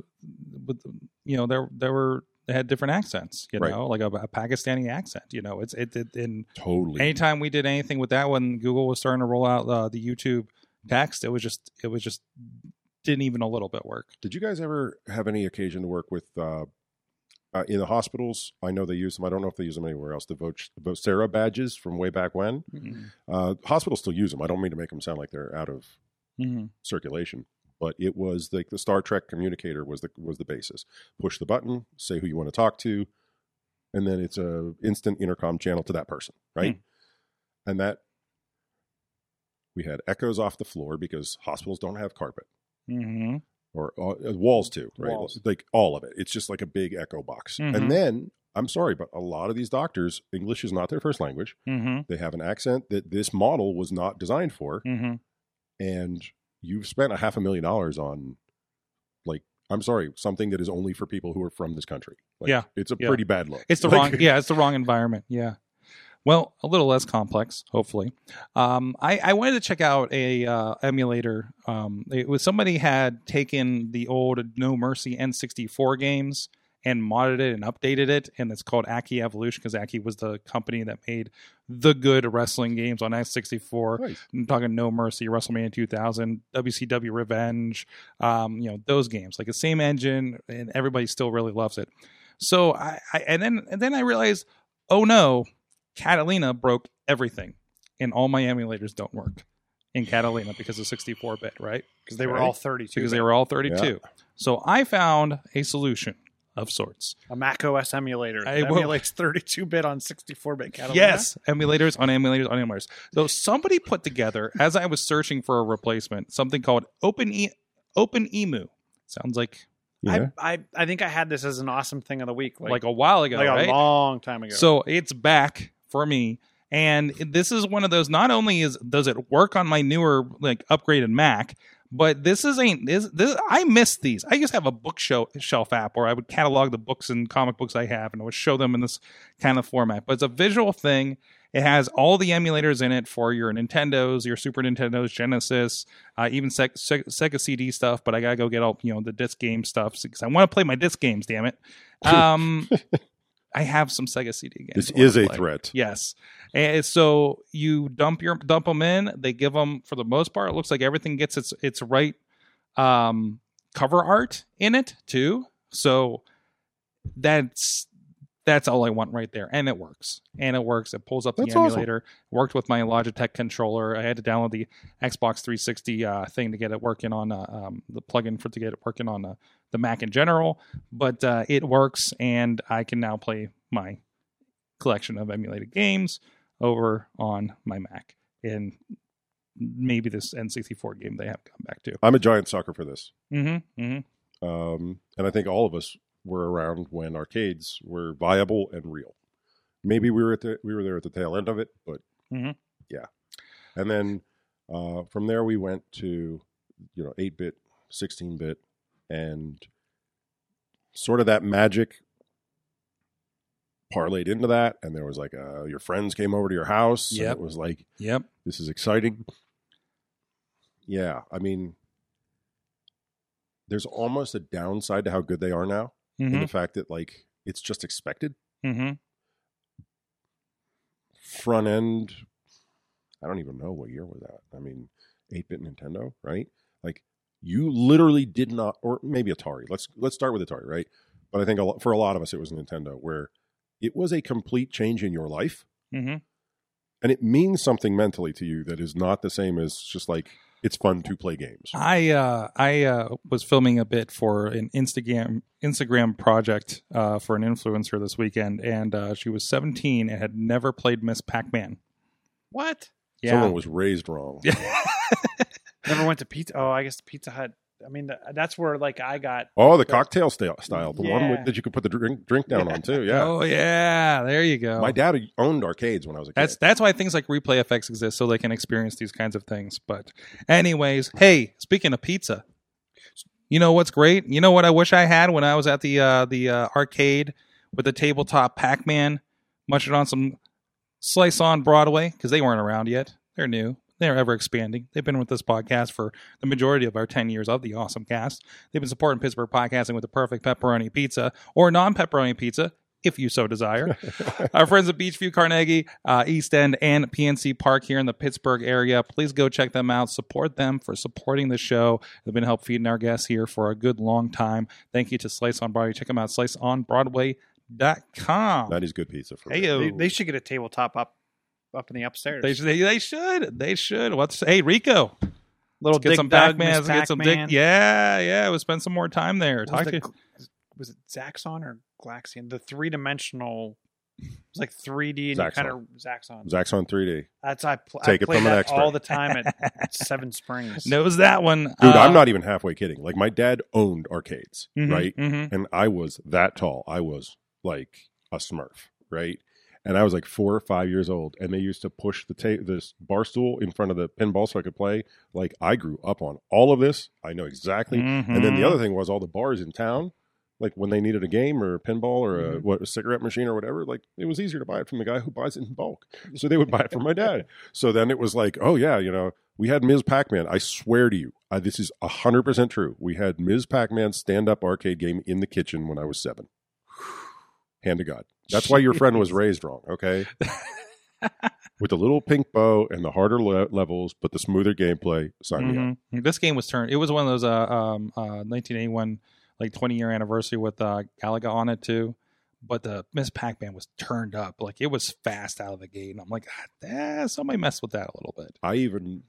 Speaker 2: with you know there there were they had different accents you
Speaker 4: Right.
Speaker 2: know like a, a Pakistani accent you know it's it, it and
Speaker 4: totally
Speaker 2: anytime we did anything with that when Google was starting to roll out uh, the YouTube text it was just it was just didn't even a little bit work.
Speaker 4: did you guys ever have any occasion to work with uh uh, in the hospitals, I know they use them. I don't know if they use them anywhere else. The Voc- Vocera badges from way back when. Uh, hospitals still use them. I don't mean to make them sound like they're out of
Speaker 2: Mhm.
Speaker 4: circulation. But it was like the Star Trek communicator was the was the basis. Push the button, say who you want to talk to, and then it's a instant intercom channel to that person, right? And that we had echoes off the floor because hospitals don't have carpet.
Speaker 2: Mhm.
Speaker 4: or uh, walls too, right?
Speaker 3: Walls.
Speaker 4: Like all of it. It's just like a big echo box.
Speaker 3: Mhm.
Speaker 2: Mm-hmm.
Speaker 4: And then I'm sorry, but a lot of these doctors, English is not their first language.
Speaker 3: Mm-hmm.
Speaker 4: They have an accent that this model was not designed for,
Speaker 3: Mm-hmm.
Speaker 4: and you've spent a half a million dollars on, like, I'm sorry, something that is only for people who are from this country. Like,
Speaker 2: Yeah.
Speaker 4: it's a
Speaker 2: Yeah.
Speaker 4: pretty bad look.
Speaker 2: It's the
Speaker 4: Like-
Speaker 2: wrong. Yeah, it's the wrong environment. Yeah. Well, a little less complex, hopefully. Um, I, I wanted to check out a uh, emulator. Um, it was somebody had taken the old No Mercy N64 games and modded it and updated it, and it's called Aki Evolution because Aki was the company that made the good wrestling games on N64.
Speaker 4: Nice.
Speaker 2: I'm talking No Mercy, WrestleMania 2000, WCW Revenge, um, you know those games. Like the same engine, and everybody still really loves it. So I, I and then and then I realized, oh no, Catalina broke everything, and all my emulators don't work in Catalina because of 64 bit, right?
Speaker 3: Because they were
Speaker 4: Right.
Speaker 3: all 32.
Speaker 2: Because they were all 32. So I found a solution of sorts.
Speaker 3: a Mac OS emulator.
Speaker 2: I
Speaker 3: It
Speaker 2: will-
Speaker 3: emulates 32 bit on 64 bit catalog.
Speaker 2: Yes, emulators on emulators on emulators. So somebody put together, as I was searching for a replacement, something called Open e- Open Emu. Sounds like
Speaker 4: Yeah.
Speaker 3: I, I I think I had this as an awesome thing of the week.
Speaker 2: like,
Speaker 3: Like,
Speaker 2: a while ago,
Speaker 3: like
Speaker 2: right?
Speaker 3: a long time ago.
Speaker 2: So it's back for me. And this is one of those not only is does it work on my newer like upgraded Mac, but this is ain't this this I miss these. I used to have a bookshelf shelf app where I would catalog the books and comic books I have and I would show them in this kind of format. But it's a visual thing. It has all the emulators in it for your Nintendos, your Super Nintendos, Genesis, uh, even Seg- Seg- Sega CD stuff. But I gotta go get all you know the disc game stuff because I want to play my disc games. Damn it! Um, I have some Sega CD games.
Speaker 4: This
Speaker 2: I wanna
Speaker 4: is a
Speaker 2: play.
Speaker 4: threat.
Speaker 2: Yes, and so you dump your dump them in. They give them for the most part. It looks like everything gets its its right um, cover art in it too. So that's that's all I want right there, and it works. And it works. It pulls up the
Speaker 4: That's awesome.
Speaker 2: emulator. Worked with my Logitech controller. I had to download the Xbox 360 uh, thing to get it working on uh, um, the plugin for to get it working on uh, the Mac in general. But uh, it works, and I can now play my collection of emulated games over on my Mac. And maybe this N64 game they have come back to.
Speaker 4: I'm a giant sucker for this.
Speaker 2: Mm-hmm. Mm-hmm.
Speaker 4: um, and I think all of us were around when arcades were viable and real. Maybe we were at the we were there at the tail end of it, but
Speaker 2: Mhm.
Speaker 4: yeah. And then uh, from there we went to you know eight bit, sixteen bit, and sort of that magic parlayed into that. And there was like uh, your friends came over to your house. and
Speaker 2: Yep.
Speaker 4: it was like
Speaker 2: Yep.
Speaker 4: this is exciting. Yeah, I mean, there's almost a downside to how good they are now, in
Speaker 2: Mm-hmm.
Speaker 4: the fact that like it's just expected.
Speaker 2: Mm-hmm.
Speaker 4: Front end, I don't even know what year was that. I mean, eight bit Nintendo, right? Like you literally did not, or maybe Atari. Let's let's start with Atari, right? But I think a lot, for a lot of us, it was Nintendo, where it was a complete change in your life.
Speaker 2: Mm-hmm.
Speaker 4: and it means something mentally to you that is not the same as just like it's fun to play games.
Speaker 2: I uh, I uh, was filming a bit for an Instagram Instagram project uh, for an influencer this weekend, and uh, she was 17 and had never played Miss Pac-Man.
Speaker 3: what?
Speaker 2: Yeah.
Speaker 4: Someone was raised wrong.
Speaker 3: Never went to Pizza. Oh, I guess Pizza Hut. I mean, th- that's where like I got.
Speaker 4: Oh, the cocktail sta- style, the one
Speaker 3: Yeah.
Speaker 4: with, that you could put the drink drink down on too. Yeah,
Speaker 2: Oh yeah, there you go.
Speaker 4: my dad owned arcades when I was a kid.
Speaker 2: Oh, That's that's why things like replay effects exist so they can experience these kinds of things. But anyways, hey, speaking of pizza, you know what's great? You know what I wish I had when I was at the uh, the uh, arcade with the tabletop Pac Man, munching on some slice on Broadway because they weren't around yet. They're new. They're ever expanding. They've been with this podcast for the majority of our 10 years of the awesome cast. They've been supporting Pittsburgh podcasting with the perfect pepperoni pizza or non pepperoni pizza, if you so desire our friends at Beachview Carnegie, uh, East End, and PNC Park here in the Pittsburgh area. Please go check them out. Support them for supporting the show. They've been help feeding our guests here for a good long time. Thank you to Slice on Broadway. Check them out, sliceonbroadway.com.
Speaker 4: that is good pizza for me.
Speaker 2: Hey,
Speaker 3: They, they should get a tabletop up, up in the upstairs.
Speaker 2: They, should- they, they should. They should. What's hey Rico?
Speaker 3: Little
Speaker 2: Let's get
Speaker 3: Dick
Speaker 2: some
Speaker 3: Doug,
Speaker 2: Pac-Man. Let's
Speaker 3: Miss
Speaker 2: get some
Speaker 3: Pac-Man.
Speaker 2: Dick. Yeah, yeah. We'll spend some more time there. Talk
Speaker 3: What Was,
Speaker 2: to
Speaker 3: the, was it Zaxxon or Glaxian? The three dimensional It's like 3D and you
Speaker 4: Zaxxon.
Speaker 3: kind of Zaxxon.
Speaker 4: Zaxxon 3D.
Speaker 3: That's I, pl-
Speaker 4: Take
Speaker 3: I
Speaker 4: it
Speaker 3: played
Speaker 4: from an
Speaker 3: that
Speaker 4: expert.
Speaker 3: all the time at Seven Springs.
Speaker 2: knows that one.
Speaker 4: Dude,
Speaker 2: Uh,
Speaker 4: I'm not even halfway kidding. Like my dad owned arcades,
Speaker 2: Mm-hmm.
Speaker 3: Mhm,
Speaker 4: right?
Speaker 3: mhm.
Speaker 4: and I was that tall. I was like a Smurf, right? And I was like four or five years old, and they used to push the ta- this bar stool in front of the pinball so I could play. Like I grew up on all of this. I know exactly. And then the
Speaker 2: Mm-hmm.
Speaker 4: other thing was all the bars in town, like when they needed a game or a pinball or a, what, a cigarette machine or whatever, like it was easier to buy it from the guy who buys it in bulk. So they would buy it from my dad. So then it was like, oh yeah, you know, we had Ms. Pac-Man. I swear to you, I, this is hundred percent true. We had Ms. Pac-Man stand-up arcade game in the kitchen when I was seven. Hand to God. That's why your friend was raised wrong. Okay. With the little pink bow and the harder le- levels, but the smoother gameplay, sign me up.
Speaker 2: Mhm. This game was turned. It was one of those uh, um, uh, 1981 like 20 year anniversary with uh, Galaga on it too. But the Miss Pac Man was turned up. Like it was fast out of the gate, and I'm like, ah, eh, somebody messed with that a little bit.
Speaker 4: I even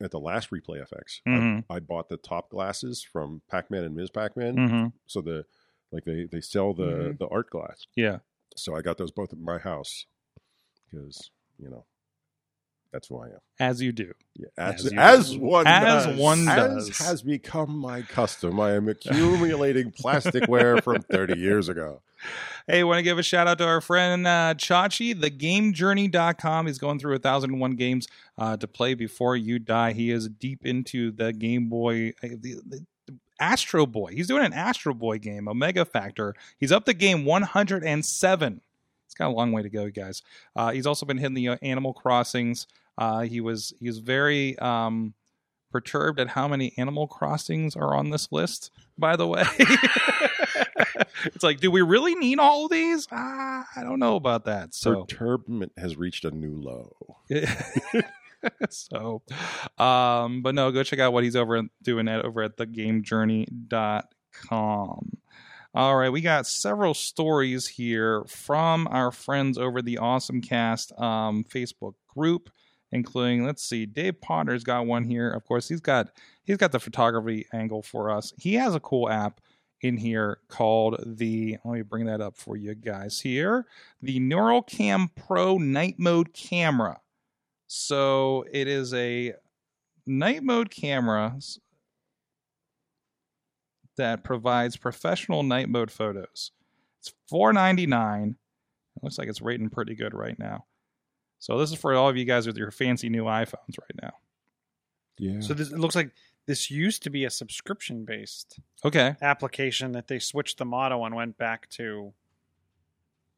Speaker 4: at the last replay FX, I
Speaker 2: Mhm.
Speaker 4: I bought the top glasses from Pac-Man and Ms. Pac-Man.
Speaker 2: Mm-hmm.
Speaker 4: So the like they they sell the
Speaker 3: Mhm.
Speaker 4: the art glass.
Speaker 2: Yeah.
Speaker 4: So I got those both at my house because you know that's who I am.
Speaker 2: As you do.
Speaker 4: Yeah, as
Speaker 3: As
Speaker 4: as,
Speaker 3: you do.
Speaker 4: one
Speaker 2: As
Speaker 4: does.
Speaker 2: one
Speaker 4: As
Speaker 2: does.
Speaker 4: has become my custom. I am accumulating plasticware from thirty years ago.
Speaker 2: Hey, want to give a shout out to our friend uh, Chachi, thegamejourney.com. He's going through 1001 games uh, to play before you die. He is deep into the Game Boy, uh, the, the Astro Boy. He's doing an Astro Boy game, Omega Factor. He's up to game 107. It's got a long way to go, you guys. Uh, he's also been hitting the uh, Animal Crossings. Uh, he was he was very um, perturbed at how many Animal Crossings are on this list by the way. it's like, do we really need all of these? Ah, I don't know about that. So,
Speaker 4: Perturbment has reached a new low.
Speaker 2: so, um, but no, go check out what he's over doing at over at thegamejourney.com. All right, we got several stories here from our friends over the Awesome Cast um, Facebook group, including let's see, Dave Potter's got one here. Of course, he's got he's got the photography angle for us. He has a cool app in here called the let me bring that up for you guys here the neuralcam pro night mode camera so it is a night mode camera s- that provides professional night mode photos. It's four ninety nine. It looks like it's rating pretty good right now. So this is for all of you guys with your fancy new iPhones right now.
Speaker 4: Yeah.
Speaker 3: So this, it looks like this used to be a subscription based
Speaker 2: Okay.
Speaker 3: application that they switched the motto and went back to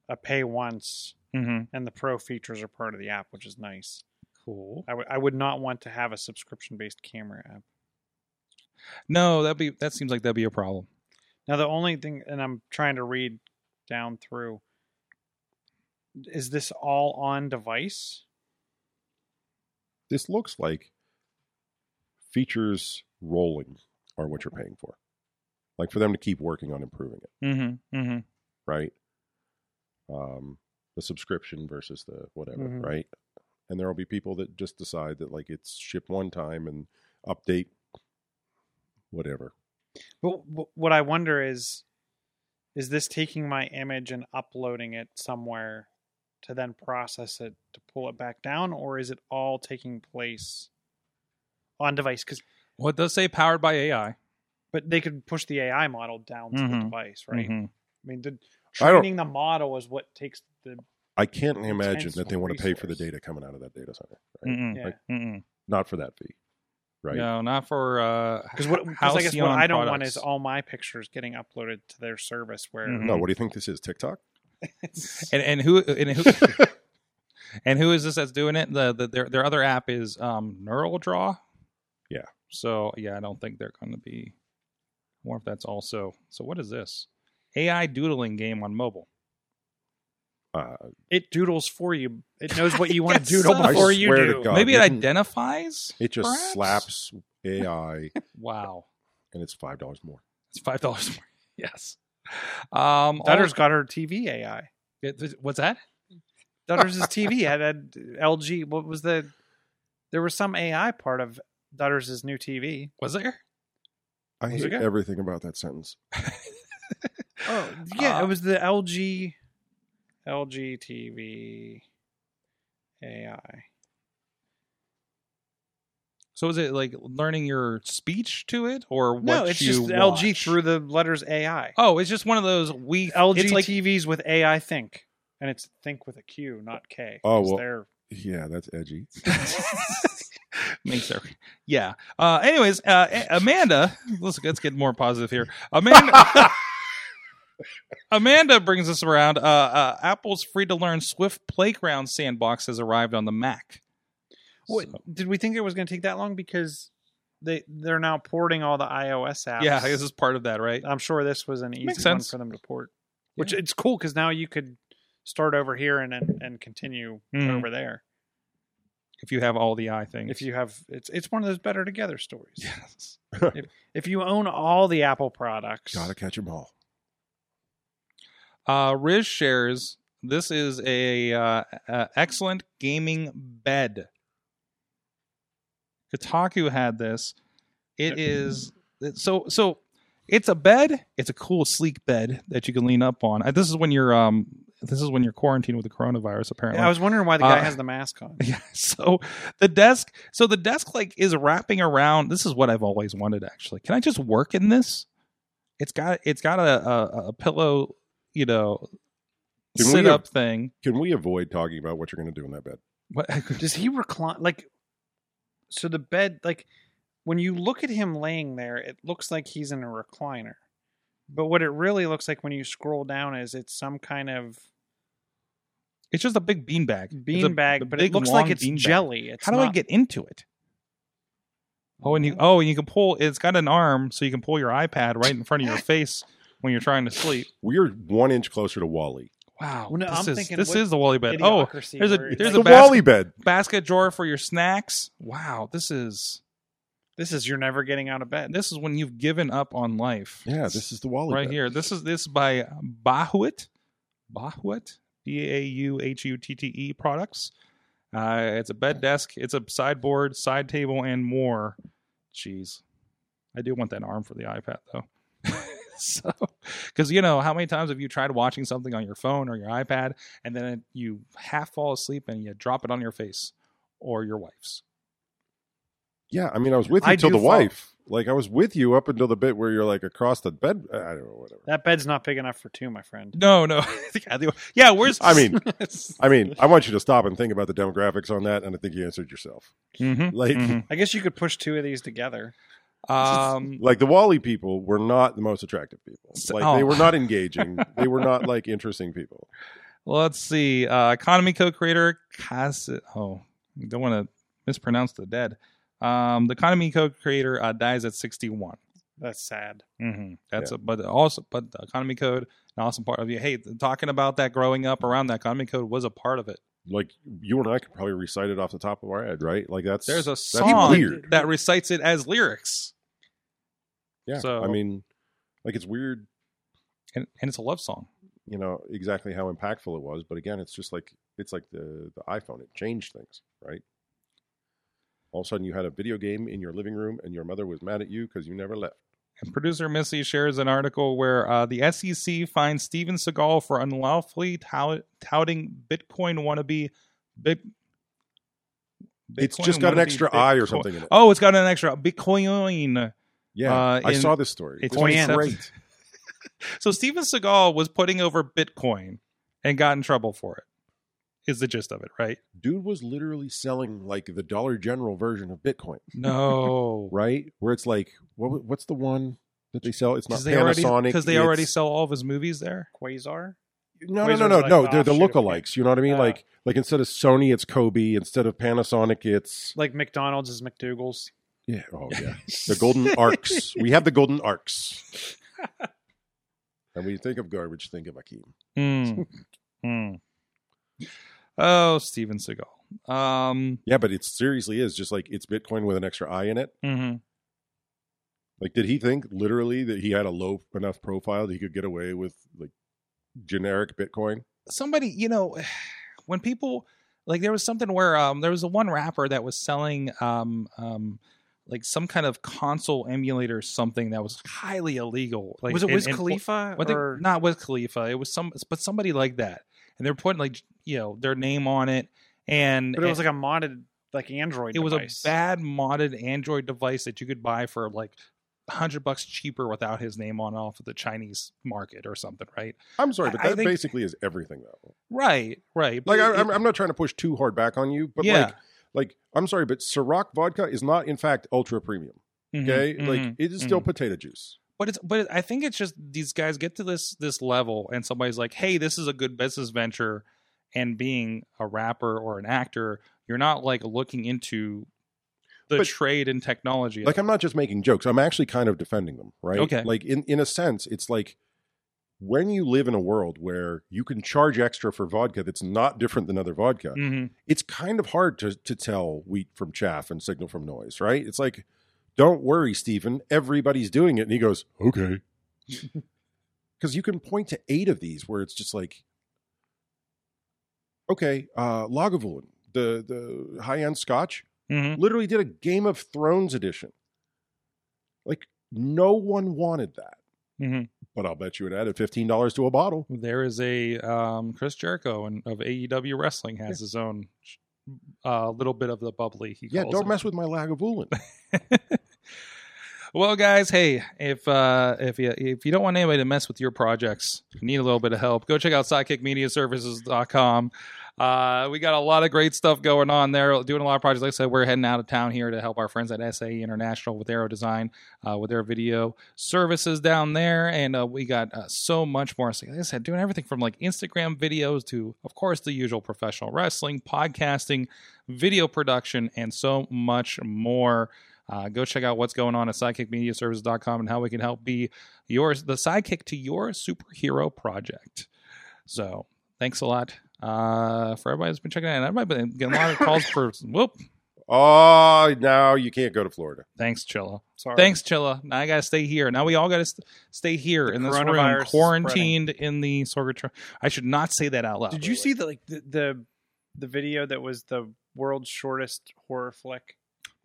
Speaker 3: a pay once,
Speaker 2: Mm-hmm.
Speaker 3: and the pro features are part of the app, which is nice.
Speaker 2: Cool.
Speaker 3: I would- I would not want to have a subscription based camera app.
Speaker 2: No, that be that seems like that'd be a problem.
Speaker 3: Now the only thing, and I'm trying to read down through, is this all on device?
Speaker 4: this looks like features rolling are what you're paying for. Like for them to keep working on improving it,
Speaker 2: Mm-hmm. Mm-hmm.
Speaker 4: right? Um, the subscription versus the whatever,
Speaker 3: Mhm.
Speaker 4: right? And there will be people that just decide that like it's ship one time and update whatever.
Speaker 3: But wh- what I wonder is, is this taking my image and uploading it somewhere to then process it to pull it back down, or is it all taking place on device? Because
Speaker 2: Well, it does say powered by AI.
Speaker 3: but they could push the AI model down to the
Speaker 2: Mhm.
Speaker 3: device, right?
Speaker 2: Mhm.
Speaker 3: I mean, the,
Speaker 4: Mm-hmm. I don't-
Speaker 3: training the model is what takes the
Speaker 4: I can't imagine that they
Speaker 3: Potential
Speaker 4: want to pay for the
Speaker 3: resource.
Speaker 4: data coming out of that data center, right?
Speaker 2: Mm-mm.
Speaker 3: yeah.
Speaker 4: Hmm. Like,
Speaker 2: Mm-mm.
Speaker 4: Not for that fee, right?
Speaker 2: Mm-hmm. No, not for uh,
Speaker 3: Because what, because I guess
Speaker 2: Halcyon
Speaker 3: what I don't want
Speaker 2: products.
Speaker 3: is all my pictures getting uploaded to their service where
Speaker 2: Mhm.
Speaker 4: Mm-hmm. No, what do you think this is? TikTok?
Speaker 3: it's,
Speaker 2: and and who and who and who is this that's doing it? The, the their their other app is um Neural Draw.
Speaker 4: Yeah.
Speaker 2: So yeah, I don't think they're going to be. I wonder if that's also. So what is this? AI doodling game on mobile.
Speaker 4: Uh,
Speaker 3: it doodles for you. It knows what you want
Speaker 2: That
Speaker 3: to doodle
Speaker 2: sucks.
Speaker 3: before
Speaker 4: I
Speaker 3: you
Speaker 4: swear to
Speaker 3: do.
Speaker 4: God.
Speaker 2: Maybe it
Speaker 4: didn't-
Speaker 2: identifies.
Speaker 4: it just
Speaker 2: perhaps?
Speaker 4: slaps AI
Speaker 2: Wow,
Speaker 4: and it's five dollars more.
Speaker 2: it's five dollars more. Yes. Um,
Speaker 3: Dutter's
Speaker 2: all-
Speaker 3: got her TV AI.
Speaker 2: it- what's that?
Speaker 3: Dutter's TV had, had LG. What was the? There was some AI part of Dutter's new TV.
Speaker 2: Was there?
Speaker 4: I
Speaker 3: Was it
Speaker 4: hate
Speaker 3: good?
Speaker 4: everything about that sentence.
Speaker 3: Oh yeah,
Speaker 2: Uh,
Speaker 3: it was the LG LGTV AI.
Speaker 2: So is it like learning your speech to it, or what
Speaker 3: No, it's
Speaker 2: you
Speaker 3: just LG
Speaker 2: watch?
Speaker 3: through the letters AI.
Speaker 2: Oh, it's just one of those we
Speaker 3: LG
Speaker 2: It's like
Speaker 3: TVs with AI Think, and it's Think with a Q, not K.
Speaker 4: Oh,
Speaker 3: 'cause
Speaker 4: well.
Speaker 3: they're-
Speaker 4: Yeah, that's edgy.
Speaker 2: Makes sense. Yeah. Uh, anyways, uh, A- Amanda, let's let's get more positive here. Amanda. Amanda brings us around. Uh, uh, Apple's free to learn Swift Playground Sandbox has arrived on the Mac.
Speaker 3: What
Speaker 2: So-
Speaker 3: did we think it was going to take that long? Because they they're now porting all the iOS apps.
Speaker 2: yeah, this is part of that, right?
Speaker 3: I'm sure this was an easy
Speaker 2: Makes
Speaker 3: one
Speaker 2: sense.
Speaker 3: for them to port. Which it's cool because now you could start over here and and, and continue
Speaker 2: Mhm.
Speaker 3: over there
Speaker 2: If you have all the eye things.
Speaker 3: if you have it's it's one of those better together stories.
Speaker 2: yes.
Speaker 3: If you own all the Apple products,
Speaker 4: Gotta catch 'em all.
Speaker 2: Uh, Riz shares this is a uh, uh, excellent gaming bed. Kotaku had this. It is it- so so. It's a bed. It's a cool, sleek bed that you can lean up on. Uh, This is when you're um. This is when you're quarantined with the coronavirus. Apparently,
Speaker 3: I was wondering why the guy
Speaker 2: Uh,
Speaker 3: has the mask on.
Speaker 2: yeah. So the desk, so the desk like is wrapping around. This is what I've always wanted. Actually, can I just work in this? It's got it's got a a, a pillow, you know,
Speaker 4: Can we
Speaker 2: sit
Speaker 4: have-
Speaker 2: up thing.
Speaker 4: Can we avoid talking about what you're going to do in that bed?
Speaker 2: What?
Speaker 3: Does he recline like so the bed like when you look at him laying there, it looks like he's in a recliner. But what it really looks like when you scroll down is it's some kind of
Speaker 2: It's just a big beanbag. It's a- a
Speaker 3: beanbag, but
Speaker 2: big,
Speaker 3: it looks like
Speaker 2: long
Speaker 3: it's
Speaker 2: beanbag.
Speaker 3: jelly. It's
Speaker 2: How do I
Speaker 3: not-
Speaker 2: get into it? Oh, and you oh, and you can pull. It's got an arm, so you can pull your iPad right in front of your face when you're trying to sleep.
Speaker 4: We're one inch closer to Wally.
Speaker 2: Wow,
Speaker 3: Well, no,
Speaker 2: this
Speaker 3: I'm
Speaker 2: is
Speaker 3: thinking
Speaker 2: this
Speaker 3: what
Speaker 2: is the Wally bed. Oh,
Speaker 3: Idiocracy
Speaker 2: there's a-
Speaker 3: where it's
Speaker 2: there's
Speaker 4: It's
Speaker 2: a
Speaker 3: like,
Speaker 4: the
Speaker 2: basket.
Speaker 4: Wally bed.
Speaker 2: basket drawer for your snacks. Wow, this is
Speaker 3: this is you're never getting out of bed.
Speaker 2: this is when you've given up on life.
Speaker 4: Yeah, this is the Wally
Speaker 2: right
Speaker 4: bed.
Speaker 2: here. This is this by Bahuit, Bahuit, B A U H U T T E products. Uh, it's a bed desk. It's a sideboard, side table, and more. Jeez, I do want that arm for the iPad though. so, because you know how many times have you tried watching something on your phone or your iPad, and then you half fall asleep and you drop it on your face or your wife's.
Speaker 4: Yeah, I mean, I was with
Speaker 3: I
Speaker 4: you till
Speaker 3: do
Speaker 4: the
Speaker 3: fall-
Speaker 4: wife. Like, I was with you up until the bit where you're like across the bed. I don't know, whatever.
Speaker 3: That bed's not big enough for two, my friend.
Speaker 2: No, no. Yeah, they- yeah, where's
Speaker 4: I mean,
Speaker 3: It's-
Speaker 4: I mean, I want you to stop and think about the demographics on that, and I think you answered yourself.
Speaker 2: Mhm,
Speaker 4: Like,
Speaker 2: mhm.
Speaker 3: I guess you could push two of these together.
Speaker 2: um
Speaker 4: like the Wally people were not the most attractive people.
Speaker 2: So-
Speaker 4: Like,
Speaker 2: oh.
Speaker 4: they were not engaging. they were not like interesting people.
Speaker 2: let's see. Uh economy co-creator Cas oh, don't want to mispronounce the dead. Um the economy co-creator uh, dies at 61.
Speaker 3: That's sad.
Speaker 2: Mm-hmm. That's a, but also but the economy code an awesome part of you. Hey, th- talking about that growing up around that economy code was a part of it.
Speaker 4: Like, you and I could probably recite it off the top of our head, right? Like, that's
Speaker 2: There's a
Speaker 4: that's
Speaker 2: song
Speaker 4: weird.
Speaker 2: that recites it as lyrics.
Speaker 4: Yeah,
Speaker 2: so-
Speaker 4: I mean, like, it's weird.
Speaker 2: And, and it's a love song.
Speaker 4: You know exactly how impactful it was, but again, it's just like it's like the the iPhone. It changed things, right? All of a sudden, you had a video game in your living room, and your mother was mad at you because you never left.
Speaker 2: And producer Missy shares an article where uh, the SEC finds Steven Seagal for unlawfully tout- touting Bitcoin wannabe. Bit-
Speaker 4: it's
Speaker 2: Bitcoin
Speaker 4: just got an
Speaker 2: wannabe
Speaker 4: extra
Speaker 2: Bitcoin-
Speaker 4: I or something in it.
Speaker 2: Oh, it's got an extra Bitcoin.
Speaker 4: yeah,
Speaker 2: uh,
Speaker 4: I
Speaker 2: in-
Speaker 4: saw this story.
Speaker 2: It's
Speaker 4: This was
Speaker 2: Bitcoin.
Speaker 4: great.
Speaker 2: So Steven Seagal was putting over Bitcoin and got in trouble for it. Is the gist of it, right?
Speaker 4: Dude was literally selling like the Dollar General version of Bitcoin,
Speaker 2: No,
Speaker 4: right? Where it's like, what, what's the one that they sell? It's
Speaker 2: Because
Speaker 4: not
Speaker 2: they
Speaker 4: Panasonic.
Speaker 2: already because they already
Speaker 4: it's-
Speaker 2: sell all of his movies there.
Speaker 3: Quasar?
Speaker 4: No, no,
Speaker 3: Quasar's
Speaker 4: no, no,
Speaker 3: like
Speaker 4: no.
Speaker 3: the
Speaker 4: They're the
Speaker 3: offshoot of
Speaker 4: lookalikes. You know what I mean?
Speaker 3: Yeah.
Speaker 4: Like, like instead of Sony, it's Kobe. Instead of Panasonic, it's
Speaker 3: Like McDonald's is McDougal's.
Speaker 4: yeah, oh yeah, the Golden Arcs. We have the Golden Arcs. And when you think of garbage, think of Akeem.
Speaker 2: Mm. Mm. Oh, Steven Seagal. Um,
Speaker 4: Yeah, but it seriously is just like it's Bitcoin with an extra I in it.
Speaker 3: Mm-hmm.
Speaker 2: mhm.
Speaker 4: Like, did he think literally that he had a low enough profile that he could get away with like generic Bitcoin?
Speaker 2: somebody you know when people like there was something where um there was a one rapper that was selling um um like some kind of console emulator or something that was highly illegal like
Speaker 3: was it
Speaker 2: in-
Speaker 3: Wiz
Speaker 2: in-
Speaker 3: Khalifa?
Speaker 2: I think-
Speaker 3: or
Speaker 2: not Wiz Khalifa it was some but somebody like that and they're putting like you know their name on it. And
Speaker 3: But it was like a modded, like Android.
Speaker 2: it was a
Speaker 3: device.
Speaker 2: bad modded Android device that you could buy for like hundred bucks cheaper without his name on it off of the Chinese market or something, right?
Speaker 4: I'm sorry, but
Speaker 2: I- I
Speaker 4: that
Speaker 2: think-
Speaker 4: basically is everything though.
Speaker 2: Right, right.
Speaker 4: Like I,
Speaker 2: It-
Speaker 4: I'm, I'm not trying to push too hard back on you, but
Speaker 2: Yeah.
Speaker 4: like, like I'm sorry, but Ciroc vodka is not in fact ultra premium.
Speaker 2: Mhm,
Speaker 4: Okay, like
Speaker 2: mhm.
Speaker 4: it is still potato juice.
Speaker 2: but it's but I think it's just these guys get to this this level and somebody's like, "Hey, this is a good business venture." And being a rapper or an actor, you're not like looking into the
Speaker 4: But-
Speaker 2: trade and technology.
Speaker 4: Like I'm not just making jokes. I'm actually kind of defending them, right?
Speaker 2: Okay.
Speaker 4: Like in in a sense, it's like when you live in a world where you can charge extra for vodka that's not different than other vodka,
Speaker 2: Mhm.
Speaker 4: it's kind of hard to to tell wheat from chaff and signal from noise, right? It's like, don't worry, Stephen, everybody's doing it. And he goes, okay. Because you can point to eight of these where it's just like, okay, uh, Lagavulin, the the high end Scotch,
Speaker 2: Mhm.
Speaker 4: literally did a Game of Thrones edition. Like no one wanted that,
Speaker 2: Mhm.
Speaker 4: but I'll bet you it added fifteen dollars to a bottle.
Speaker 2: There is a um, Chris Jericho and of AEW wrestling has his own uh, little bit of the bubbly. He
Speaker 4: Yeah,
Speaker 2: calls
Speaker 4: don't
Speaker 2: it.
Speaker 4: mess with my Lagavulin.
Speaker 2: well, guys, hey, if uh, if you if you don't want anybody to mess with your projects, you need a little bit of help, go check out sidekickmediaservices.com. Uh, we got a lot of great stuff going on there, doing a lot of projects. Like I said, we're heading out of town here to help our friends at SAE International with Aero Design, uh, with their video services down there. And uh, we got uh, so much more. So, Like I said, doing everything from like Instagram videos to, of course, the usual professional wrestling, podcasting, video production, and so much more. Uh, go check out what's going on at sidekickmediaservices.com and how we can help be yours the sidekick to your superhero project. So thanks a lot uh, for everybody that's been checking out. Everybody been getting a lot of calls for whoop.
Speaker 4: Oh, now you can't go to Florida.
Speaker 2: Thanks, Chilla.
Speaker 3: Sorry.
Speaker 2: Thanks, Chilla. Now I gotta stay here. Now we all gotta st- stay here
Speaker 3: The
Speaker 2: in this
Speaker 3: coronavirus
Speaker 2: room,
Speaker 3: is
Speaker 2: quarantined in the Sorgatron. I should not say that out loud.
Speaker 3: Did
Speaker 2: by
Speaker 3: you
Speaker 2: the way.
Speaker 3: see the like the, the the video that was the world's shortest horror flick?